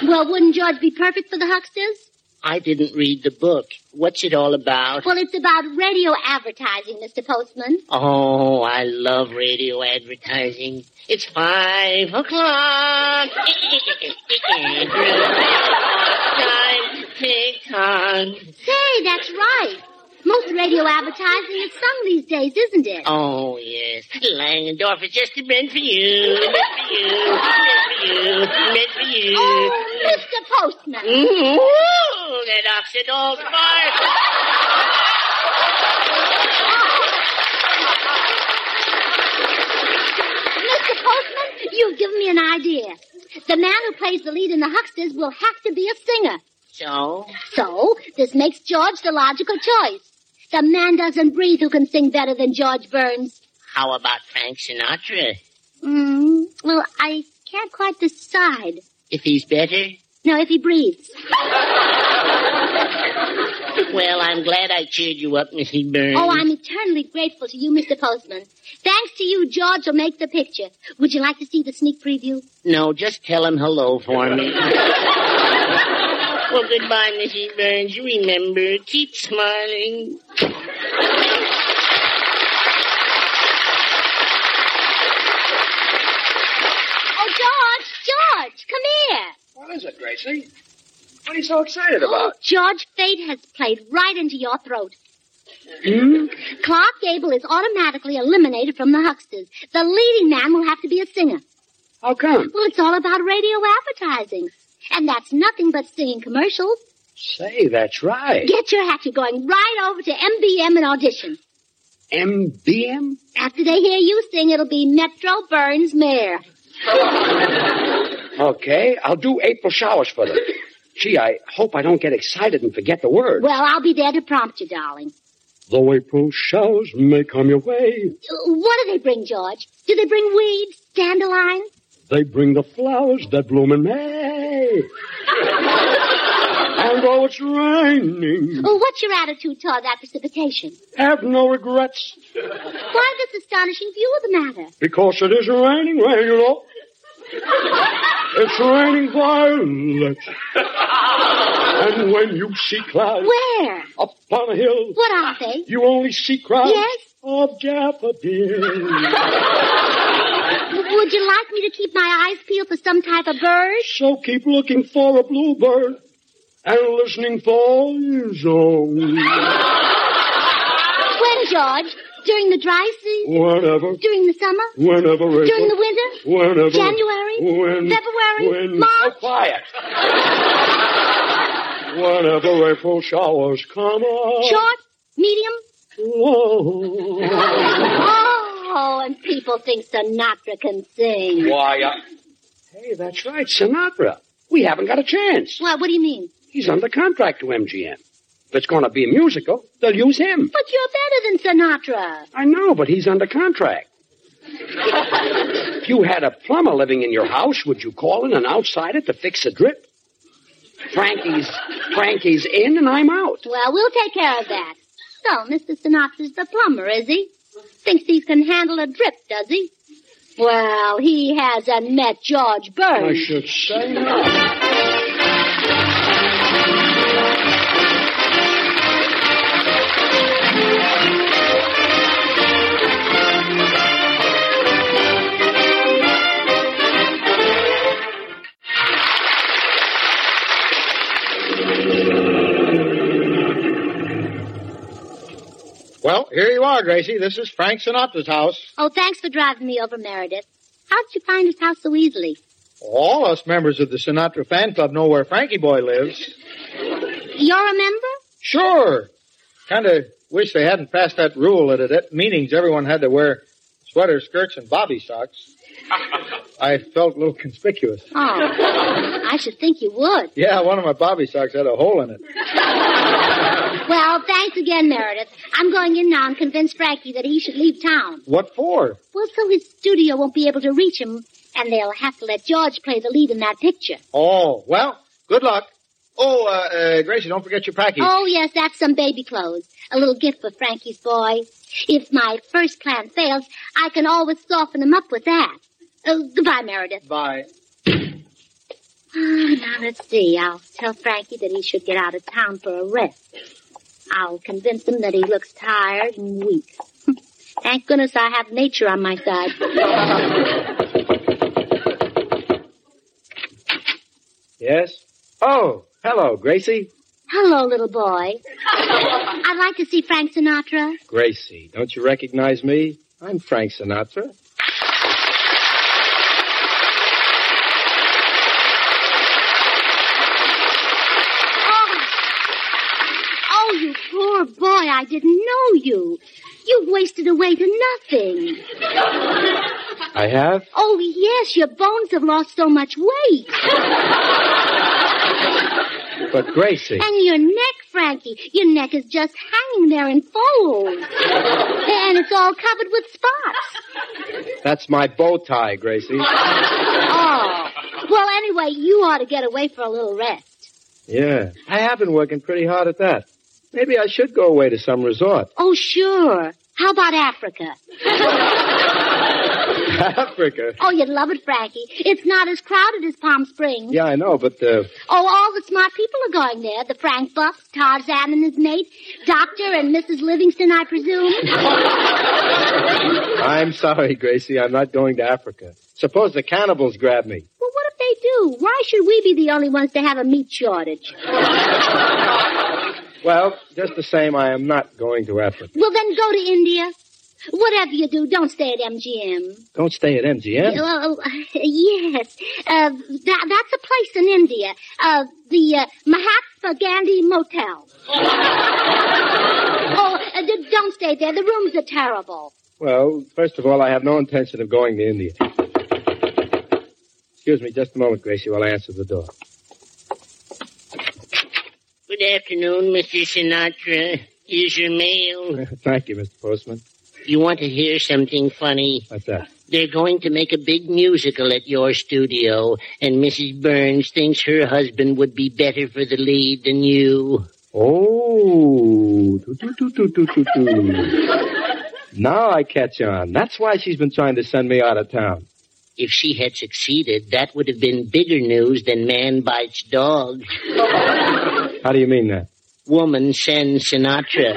Speaker 14: Well, wouldn't George be perfect for the Hucksters?
Speaker 18: I didn't read the book. What's it all about?
Speaker 14: Well, it's about radio advertising, Mr. Postman.
Speaker 18: Oh, I love radio advertising. It's five o'clock. Time to take time.
Speaker 14: Say, that's right. Most radio advertising is some these days, isn't it?
Speaker 18: Oh, yes. Langendorf is just meant for you. Meant for you. Meant for you. Meant for you.
Speaker 14: Oh, Mr. Postman.
Speaker 18: Mm, Ooh, that knocks it all
Speaker 14: Mr. Postman, you've given me an idea. The man who plays the lead in the Hucksters will have to be a singer.
Speaker 18: So?
Speaker 14: So, this makes George the logical choice. The man doesn't breathe who can sing better than George Burns.
Speaker 18: How about Frank Sinatra?
Speaker 14: Mm, well, I can't quite decide.
Speaker 18: If he's better?
Speaker 14: No, if he breathes.
Speaker 18: [LAUGHS] Well, I'm glad I cheered you up, Missy Burns.
Speaker 14: Oh, I'm eternally grateful to you, Mr. Postman. Thanks to you, George will make the picture. Would you like to see the sneak preview?
Speaker 18: No, just tell him hello for me. [LAUGHS] well, goodbye, Missy Burns. You remember, keep smiling.
Speaker 14: Oh, George, George, come here.
Speaker 15: What is it, Gracie? What are you so excited
Speaker 14: Oh,
Speaker 15: about?
Speaker 14: George, fate has played right into your throat.
Speaker 15: Hmm?
Speaker 17: Mm,
Speaker 14: Clark Gable is automatically eliminated from the Hucksters. The leading man will have to be a singer.
Speaker 15: How come?
Speaker 14: Well, it's all about radio advertising. And that's nothing but singing commercials.
Speaker 15: Say, that's right.
Speaker 14: Get your hat. You're going right over to MBM and audition.
Speaker 15: MBM?
Speaker 14: After they hear you sing, it'll be Metro Burns Mayor.
Speaker 15: Okay, I'll do April showers for them. Gee, I hope I don't get excited and forget the word.
Speaker 14: Well, I'll be there to prompt you, darling.
Speaker 17: Though April showers may come your way,
Speaker 14: Uh, What do they bring, George? Do they bring weeds, dandelion?
Speaker 17: they bring the flowers that bloom in May. and though it's raining,
Speaker 14: Oh, what's your attitude toward that precipitation?
Speaker 17: have no regrets
Speaker 14: Why this astonishing view of the
Speaker 17: [LAUGHS]
Speaker 14: matter?
Speaker 17: because it is raining, rain, you know. It's raining violets. and when you see clouds
Speaker 14: Where?
Speaker 17: up on a hill,
Speaker 14: What are they?
Speaker 17: you only see clouds
Speaker 14: Yes?
Speaker 17: of daffodils.
Speaker 14: Would you like me to keep my eyes peeled for some type of bird?
Speaker 17: So keep looking for a bluebird and listening for his own.
Speaker 14: When, George? During the dry season?
Speaker 17: Whenever,
Speaker 14: During the summer?
Speaker 17: whenever, April,
Speaker 14: During the winter?
Speaker 17: whenever,
Speaker 14: January?
Speaker 17: when,
Speaker 14: February?
Speaker 17: when,
Speaker 14: March?
Speaker 15: quiet.
Speaker 17: whenever April showers come on.
Speaker 14: Short? Medium?
Speaker 17: Whoa.
Speaker 14: Oh, and people think Sinatra can sing.
Speaker 15: Why, uh, Hey, that's right, Sinatra. We haven't got a chance.
Speaker 14: What? What do you mean?
Speaker 15: He's under contract to MGM. If it's going to be a musical, they'll use him.
Speaker 14: But you're better than Sinatra.
Speaker 15: I know, but he's under contract. If you had a plumber living in your house, would you call in an outsider to fix a drip? Frankie's Frankie's in and I'm out.
Speaker 14: Well, we'll take care of that. So, Mr. Sinatra's the plumber, is he? Thinks he can handle a drip, does he? Well, he hasn't met George
Speaker 17: I
Speaker 14: Burns.
Speaker 17: should say not.
Speaker 19: Well, here you are, Gracie. This is Frank Sinatra's house.
Speaker 14: Oh, thanks for driving me over, Meredith. How'd you find his house so easily?
Speaker 19: All us members of the Sinatra fan club know where Frankie Boy lives.
Speaker 14: You're a member?
Speaker 19: Sure. Kinda wish they hadn't passed that rule that at meetings everyone had to wear sweater skirts and bobby socks. I felt a little conspicuous.
Speaker 14: Oh,
Speaker 15: [LAUGHS]
Speaker 14: I should think you would.
Speaker 19: Yeah, one of my bobby socks had a hole in it.
Speaker 14: Well, thanks again, Meredith. I'm going in now and convince Frankie that he should leave town.
Speaker 19: What for?
Speaker 14: Well, so his studio won't be able to reach him, and they'll have to let George play the lead in that picture.
Speaker 19: Oh, well, good luck. Oh, uh, uh, Gracie, don't forget your package.
Speaker 14: Oh, yes, that's some baby clothes. A little gift for Frankie's boy. If my first plan fails, I can always soften him up with that. Uh, goodbye, Meredith. Ah,
Speaker 19: Bye.
Speaker 14: now, let's see. I'll tell Frankie that he should get out of town for a rest. I'll convince him that he looks tired and weak. [LAUGHS] Thank goodness I have nature on my side. [LAUGHS]
Speaker 19: Yes? Oh, hello, Gracie.
Speaker 14: Hello, little boy. I'd like to see Frank Sinatra.
Speaker 19: Gracie, don't you recognize me? I'm Frank Sinatra.
Speaker 14: Oh, oh, you poor boy, I didn't know you. You've wasted away to nothing.
Speaker 19: I have?
Speaker 14: Oh, yes, your bones have lost so much weight.
Speaker 19: But Gracie.
Speaker 14: And your neck, Frankie, your neck is just hanging there in folds. And it's all covered with spots.
Speaker 19: That's my bow tie, Gracie.
Speaker 14: Oh, well, anyway, you ought to get away for a little rest.
Speaker 19: Yeah. I have been working pretty hard at that. Maybe I should go away to some resort.
Speaker 14: Oh, sure. How about
Speaker 19: [LAUGHS]
Speaker 14: Africa?
Speaker 19: Africa?
Speaker 14: Oh, you'd love it, Frankie. It's not as crowded as Palm Springs.
Speaker 19: Yeah, I know, but, uh,
Speaker 14: Oh, all the smart people are going there. The Frank Buffs, Tarzan and his mate, Doctor and Mrs. Livingston, I presume.
Speaker 19: I'm sorry, Gracie. I'm not going to Africa. Suppose the cannibals grab me.
Speaker 14: Well, what if they do? Why should we be the only ones to have a meat shortage?
Speaker 19: Well, just the same, I am not going to Africa.
Speaker 14: Well, then go to India. Whatever you do, don't stay at MGM.
Speaker 19: Don't stay at MGM.
Speaker 14: Well, uh, [LAUGHS] yes. Uh, that, that's a place in India. Uh, the uh, Mahatma Gandhi Motel. oh, uh, d- don't stay there. The rooms are terrible.
Speaker 19: Well, first of all, I have no intention of going to India. Excuse me just a moment, Gracie, while I answer the [LAUGHS] door.
Speaker 18: Good afternoon, Mr. Sinatra. Here's your mail.
Speaker 19: Thank you, Mr. Postman.
Speaker 18: You want to hear something funny?
Speaker 19: What's that?
Speaker 18: They're going to make a big musical at your studio, and Mrs. Burns thinks her husband would be better for the lead than you.
Speaker 19: Oh. Now I catch on. That's why she's been trying to send me out of town.
Speaker 18: If she had succeeded, that would have been bigger news than man bites dog.
Speaker 19: How do you mean that?
Speaker 18: Woman sends Sinatra.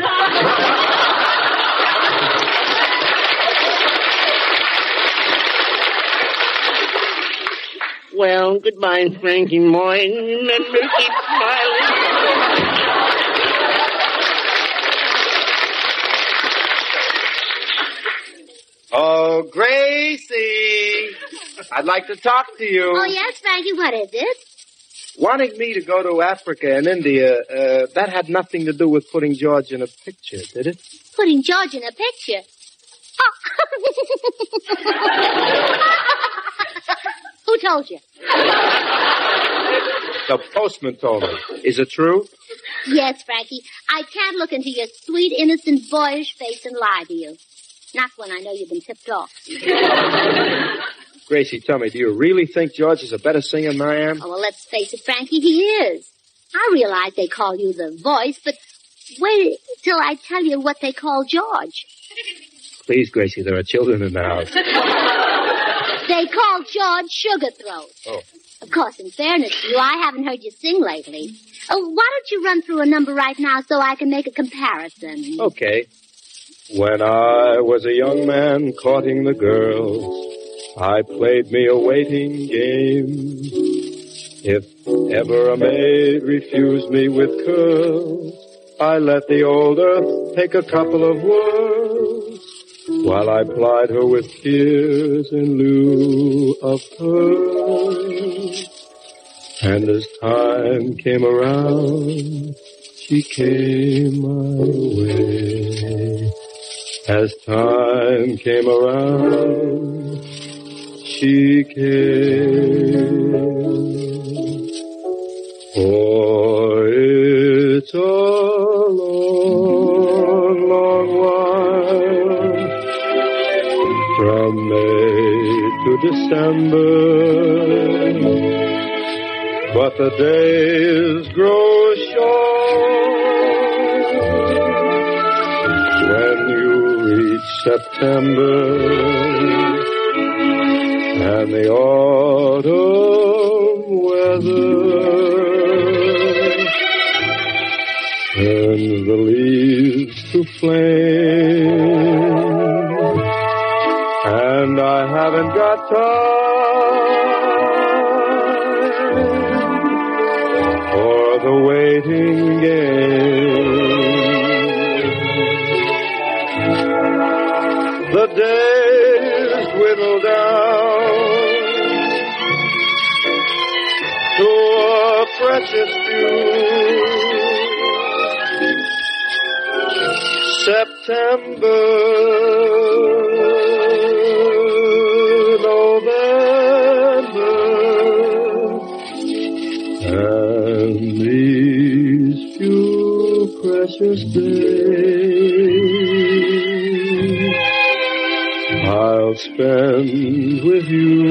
Speaker 18: Well, goodbye, Frankie Moyne. Remember, keep
Speaker 19: Oh, Gracie! I'd like to talk to you.
Speaker 14: Oh, yes, Frankie, what is it?
Speaker 19: Wanting me to go to Africa and India, uh, that had nothing to do with putting George in a picture, did it?
Speaker 14: Putting George in a picture. Oh. [LAUGHS] Who told you?
Speaker 19: The postman told me. Is it true?
Speaker 14: Yes, Frankie. I can't look into your sweet, innocent, boyish face and lie to you. Not when I know you've been tipped off.
Speaker 19: Gracie, tell me, do you really think George is a better singer than I am?
Speaker 14: Oh, well, let's face it, Frankie, he is. I realize they call you the voice, but wait till I tell you what they call George.
Speaker 19: Please, Gracie, there are children in the house.
Speaker 14: They call George Sugar Throat.
Speaker 19: Oh.
Speaker 14: Of course, in fairness to you, I haven't heard you sing lately. Oh, why don't you run through a number right now so I can make a comparison?
Speaker 19: Okay. When I was a young man courting the girls, I played me a waiting game. If ever a maid refused me with curls, I let the old earth take a couple of whirls while I plied her with tears in lieu of pearls. And as time came around, she came my way. As time came around, she came. For it's a long, long while from May to December. But the days grow short when you reach September and the autumn weather turns the leaves to flame, and I haven't got time for the waiting game. The days dwindle down to a precious few. September, November, and these few precious days. I'll spend with you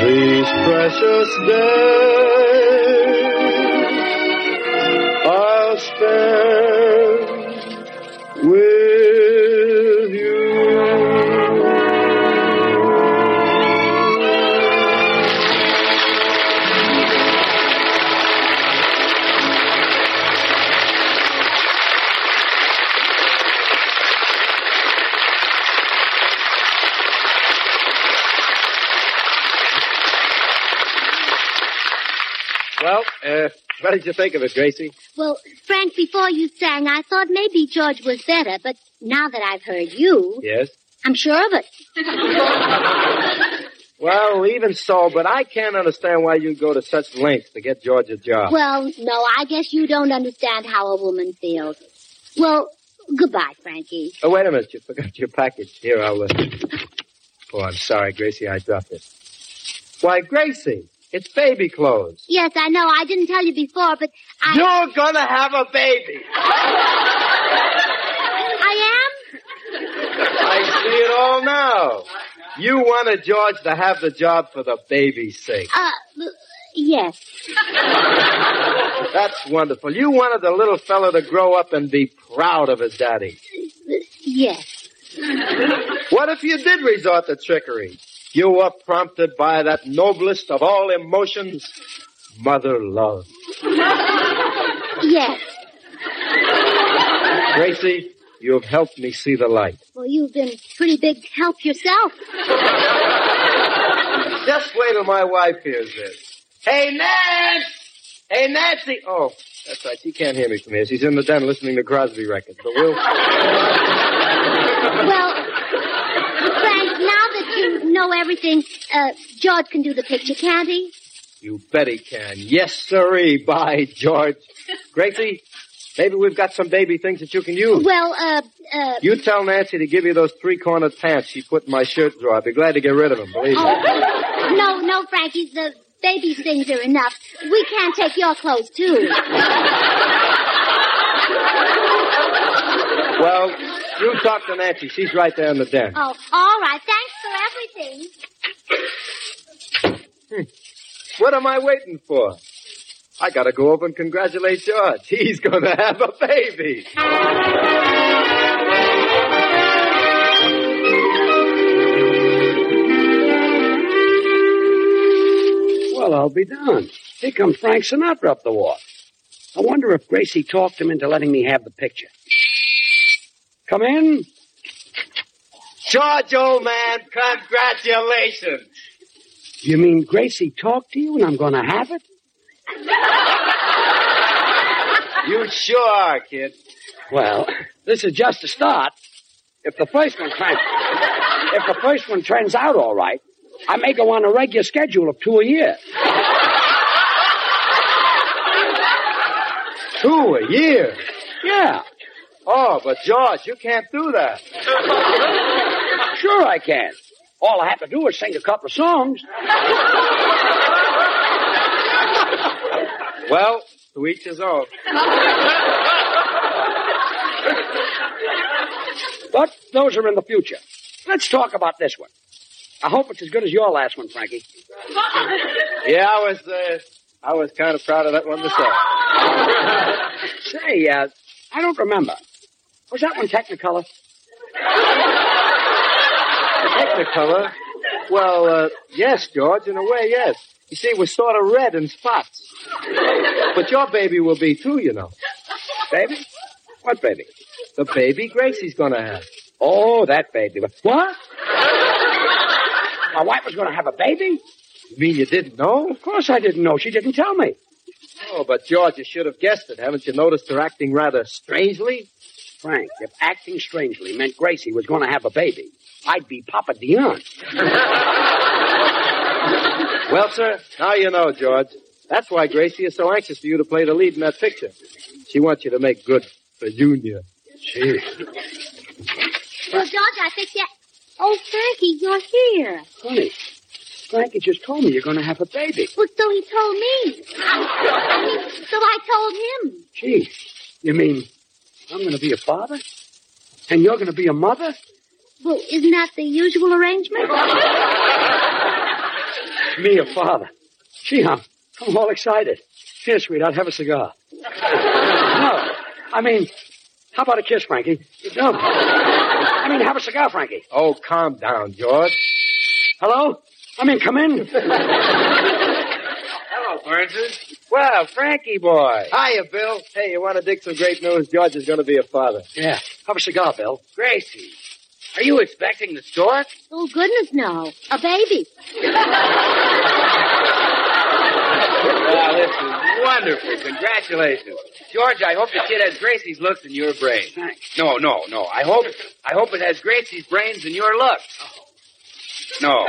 Speaker 19: these precious days. I'll spend with you.
Speaker 4: Well, uh, what did you think of it, Gracie?
Speaker 14: Well, Frank, before you sang, I thought maybe George was better, but now that I've heard you,
Speaker 4: Yes.
Speaker 14: I'm sure of it.
Speaker 4: Well, even so, but I can't understand why you go to such lengths to get George a job.
Speaker 14: Well, no, I guess you don't understand how a woman feels. Well, goodbye, Frankie.
Speaker 4: Oh, wait a minute. You forgot your package. Here, I'll. Uh... Oh, I'm sorry, Gracie. I dropped it. Why, Gracie, it's baby clothes.
Speaker 14: Yes, I know. I didn't tell you before, but I.
Speaker 4: You're gonna have a baby.
Speaker 14: I
Speaker 4: I see it all now. You wanted George to have the job for the baby's sake.
Speaker 14: am? Uh, yes.
Speaker 4: That's wonderful. You wanted the little fellow to grow up and be proud of his daddy.
Speaker 14: Yes.
Speaker 4: What if you did resort to trickery? You were prompted by that noblest of all emotions, mother love.
Speaker 14: Yes.
Speaker 4: Gracie, you have helped me see the light.
Speaker 14: Well, you've been pretty big help yourself.
Speaker 4: Just wait till my wife hears this. Hey, Nance! Hey, Nancy! Oh, that's right. She can't hear me from here. She's in the den listening to Crosby records. But we'll.
Speaker 14: Well, Frank, now that you know everything, uh, George can do the picture, can't he?
Speaker 4: You bet he can. Yes, sirree. By George. Gracie,
Speaker 19: Maybe we've got some baby things that you can use.
Speaker 14: Well, uh, uh.
Speaker 19: You tell Nancy to give you those three-cornered pants she put in my shirt drawer. I'd be glad to get rid of them, believe me.
Speaker 14: Oh, no, no, Frankie. The baby things are enough. We can't take your clothes, too.
Speaker 19: Well, you talk to Nancy. She's right there in the den.
Speaker 14: Oh, all right. Thanks for everything.
Speaker 19: What am I waiting for? I gotta go over and congratulate George. He's gonna have a baby.
Speaker 15: Well, I'll be darned. Here comes Frank Sinatra up the walk. I wonder if Gracie talked him into letting me have the picture. Come in.
Speaker 19: George, old man, congratulations.
Speaker 15: You mean Gracie talked to you and I'm going to have it?
Speaker 19: You sure are, kid.
Speaker 15: Well, this is just a start. If the first one turns, if the first one turns out all right, I may go on a regular schedule of two a year.
Speaker 19: Two a year.
Speaker 15: Yeah.
Speaker 19: Oh, but George, you can't do that.
Speaker 15: Sure I can. All I have to do is sing a couple of songs.
Speaker 19: Well, to each his own.
Speaker 15: But those are in the future. Let's talk about this one. I hope it's as good as your last one, Frankie.
Speaker 19: Yeah, I was, uh, I was kind of proud of that one myself.
Speaker 15: Say, uh, I don't remember. Was that one Technicolor?
Speaker 19: Technicolor? Well, uh, yes, George, in a way, yes. You see, it was sort of red in spots. But your baby will be too, you know.
Speaker 15: Baby? What baby?
Speaker 19: The baby Gracie's gonna have.
Speaker 15: Oh, that baby. What? My wife was going to have a baby?
Speaker 19: You mean you didn't know?
Speaker 15: Of course I didn't know. She didn't tell me.
Speaker 19: Oh, but George, you should have guessed it. Haven't you noticed her acting rather strangely?
Speaker 15: Frank, if acting strangely meant Gracie was going to have a baby, I'd be Papa Dion.
Speaker 19: Well, sir, now you know, George. That's why Gracie is so anxious for you to play the lead in that picture. She wants you to make good for Junior. Gee.
Speaker 14: Well, George, I think that. Oh, Frankie, you're here.
Speaker 15: Funny. Frankie just told me you're going to have a baby.
Speaker 14: Well, so he told me. so I told him.
Speaker 15: Gee, you mean I'm going to be a father? And you're going to be a mother?
Speaker 14: Well, isn't that the usual arrangement?
Speaker 15: [LAUGHS] Me, a father. Gee, I'm, I'm all excited. Here, sweetheart, have a cigar. no, I mean, how about a kiss, Frankie? No. I mean, have a cigar, Frankie.
Speaker 19: Oh, calm down, George.
Speaker 15: Hello? I mean, come in.
Speaker 19: Hello, Francis. Well, Frankie boy. Hiya, Bill. Hey, you want to dig some great news? George is going to be a father.
Speaker 15: yeah, have a cigar, Bill.
Speaker 16: Gracie, are you expecting the stork?
Speaker 14: Oh, goodness, no. A baby.
Speaker 16: Wow, this is wonderful. Congratulations. George, I hope the kid has Gracie's looks and your brains. No, no, no. I hope I hope it has Gracie's brains and your looks.
Speaker 4: Oh.
Speaker 16: No.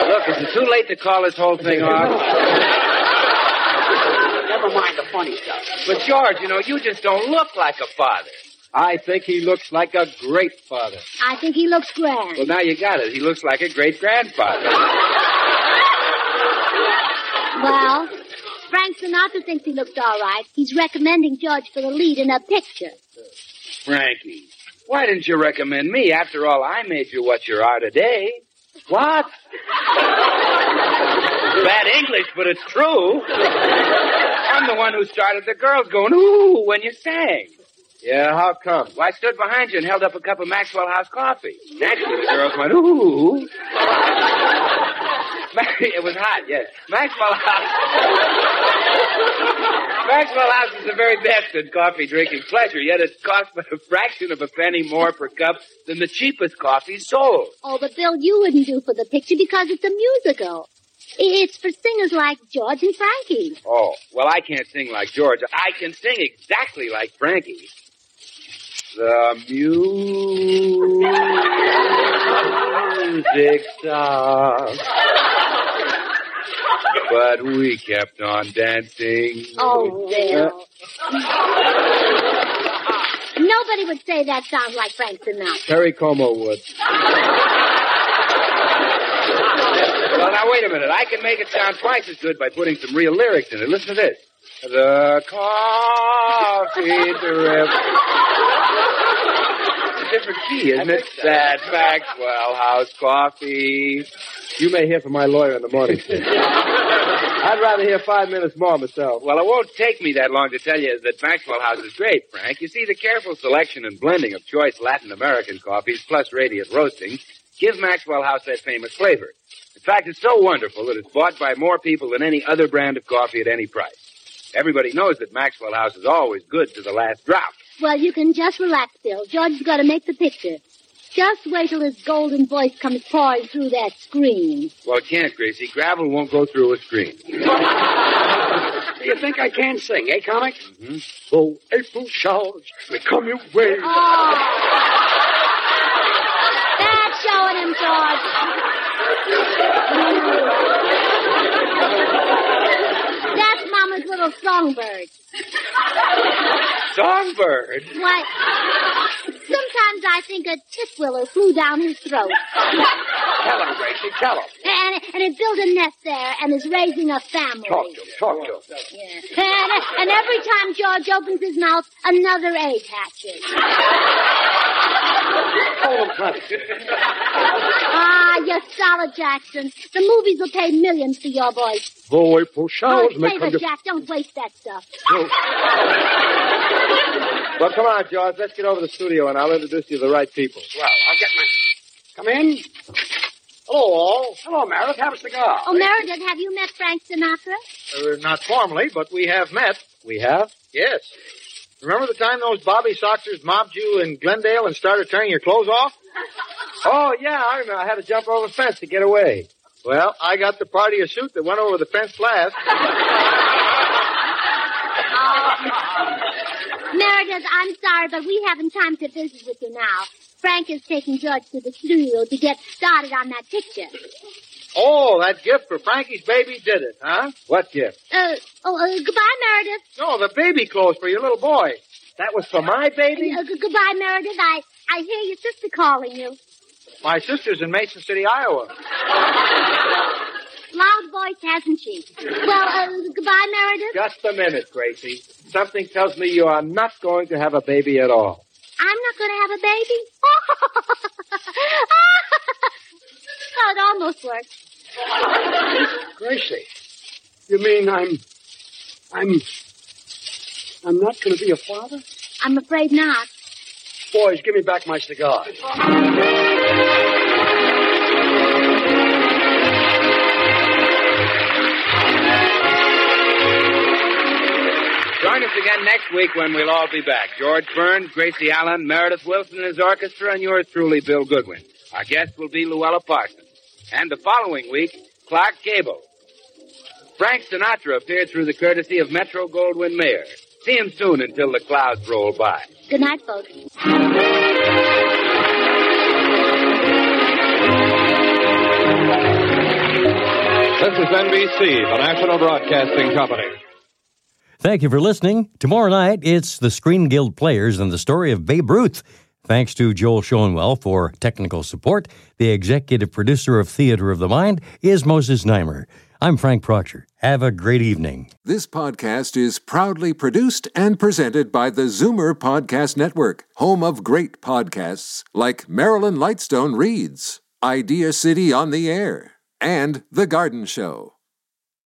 Speaker 16: Look, is it too late to call this whole thing off?
Speaker 15: Never mind the funny stuff.
Speaker 16: But George, you know, you just don't look like a father.
Speaker 19: I think he looks like a great father.
Speaker 14: I think he looks grand.
Speaker 16: Well, now you got it. He looks like a great grandfather.
Speaker 14: Well, Frank Sinatra thinks he looks all right. He's recommending George for the lead in a picture.
Speaker 16: Frankie, why didn't you recommend me? After all, I made you what you are today.
Speaker 15: What?
Speaker 16: Bad English, but it's true. I'm the one who started the girls going, ooh, when you sang.
Speaker 19: Yeah, how come?
Speaker 16: Well, I stood behind you and held up a cup of Maxwell House coffee. Naturally, the girls went, ooh. Ma- [LAUGHS] It was hot, yes. Maxwell House. Maxwell House is the very best in coffee drinking pleasure, yet it costs but a fraction of a penny more per cup than the cheapest coffee sold.
Speaker 14: Oh, but Bill, you wouldn't do for the picture because it's a musical. I- It's for singers like George and Frankie.
Speaker 16: Oh, well, I can't sing like George. I can sing exactly like Frankie. The music stops. But we kept on dancing.
Speaker 14: Oh, well. Nobody would say that sounds like Frank Sinatra.
Speaker 19: Terry Como would.
Speaker 16: Well, now wait a minute. I can make it sound twice as good by putting some real lyrics in it. Listen to this. The coffee drip. It's a different key, isn't it? That Maxwell House coffee.
Speaker 19: You may hear from my lawyer in the morning. I'd rather hear five minutes more myself.
Speaker 16: Well, it won't take me that long to tell you that Maxwell House is great, Frank. You see, the careful selection and blending of choice Latin American coffees plus radiant roasting give Maxwell House that famous flavor. In fact, it's so wonderful that it's bought by more people than any other brand of coffee at any price. Everybody knows that Maxwell House is always good to the last drop.
Speaker 14: Well, you can just relax, Bill. George's got to make the picture. Just wait till his golden voice comes pouring through that screen.
Speaker 16: Well, it can't, Gracie. Gravel won't go through a
Speaker 19: [LAUGHS]
Speaker 16: screen. Mm-hmm.
Speaker 15: You think I can sing, eh, comic? Mm-hmm. Oh, April showers, they come your way. Ah.
Speaker 14: That's showing him, George. That's Mama's little songbird.
Speaker 16: Songbird.
Speaker 14: Why, sometimes I think a titwiller flew down his throat.
Speaker 15: Tell him, Gracie, tell him.
Speaker 14: And, and it built a nest there and is raising a family.
Speaker 15: Talk to him, talk to him.
Speaker 14: And, and every time George opens his mouth, another egg hatches.
Speaker 15: Tell him, honey.
Speaker 14: Ah, you're solid, Jackson. The movies will pay millions for your voice.
Speaker 15: Oh, April
Speaker 14: Oh,
Speaker 15: showers, may
Speaker 14: save
Speaker 15: come
Speaker 14: it,
Speaker 15: your...
Speaker 14: Jack. Don't waste that stuff.
Speaker 19: Well, come on, George. Let's get over to the studio and I'll introduce you to the right people.
Speaker 15: Well, I'll get my... Come in. Hello, all. Hello, Merritt. Have a cigar.
Speaker 14: Oh, Meredith, have you met Frank Sinatra?
Speaker 19: Uh, not formally, but we have met.
Speaker 15: We have?
Speaker 19: Yes. Remember the time those Bobby Soxers mobbed you in Glendale and started tearing your clothes off? [LAUGHS] Oh, yeah, I remember. I had to jump over the fence to get away. Well, I got the part of your suit that went over the fence last. [LAUGHS]
Speaker 14: [LAUGHS] Meredith, I'm sorry, but we haven't time to visit with you now. Frank is taking George to the studio to get started on that picture.
Speaker 19: Oh, that gift for Frankie's baby did it, huh? What gift?
Speaker 14: Uh, oh, uh, goodbye, Meredith.
Speaker 19: No, the baby clothes for your little boy. That was for my baby?
Speaker 14: Uh, g- goodbye, Meredith. I, I hear your sister calling you.
Speaker 19: My sister's in Mason City, Iowa.
Speaker 14: Loud voice, hasn't she? Well, uh, goodbye, Meredith.
Speaker 19: Just a minute, Gracie. Something tells me you are not going to have a baby at all.
Speaker 14: I'm not going to have a baby. [LAUGHS] oh, it almost worked.
Speaker 15: Gracie, you mean I'm... I'm... I'm not going to be a father?
Speaker 14: I'm afraid not.
Speaker 15: Boys, give me back my cigar.
Speaker 16: Join us again next week when we'll all be back. George Burns, Gracie Allen, Meredith Wilson and his orchestra, and yours truly, Bill Goodwin. Our guest will be Luella Parsons. And the following week, Clark Gable. Frank Sinatra appeared through the courtesy of Metro Goldwyn Mayer. See him soon until the clouds roll by.
Speaker 14: Good night, folks.
Speaker 20: This is NBC, the National Broadcasting Company.
Speaker 2: Thank you for listening. Tomorrow night, it's the Screen Guild Players and the story of Babe Ruth. Thanks to Joel Schoenwell for technical support. The executive producer of Theater of the Mind is Moses Neimer. I'm Frank Proctor. Have a great evening.
Speaker 1: This podcast is proudly produced and presented by the Zoomer Podcast Network, home of great podcasts like Marilyn Lightstone Reads, Idea City on the Air, and The Garden Show.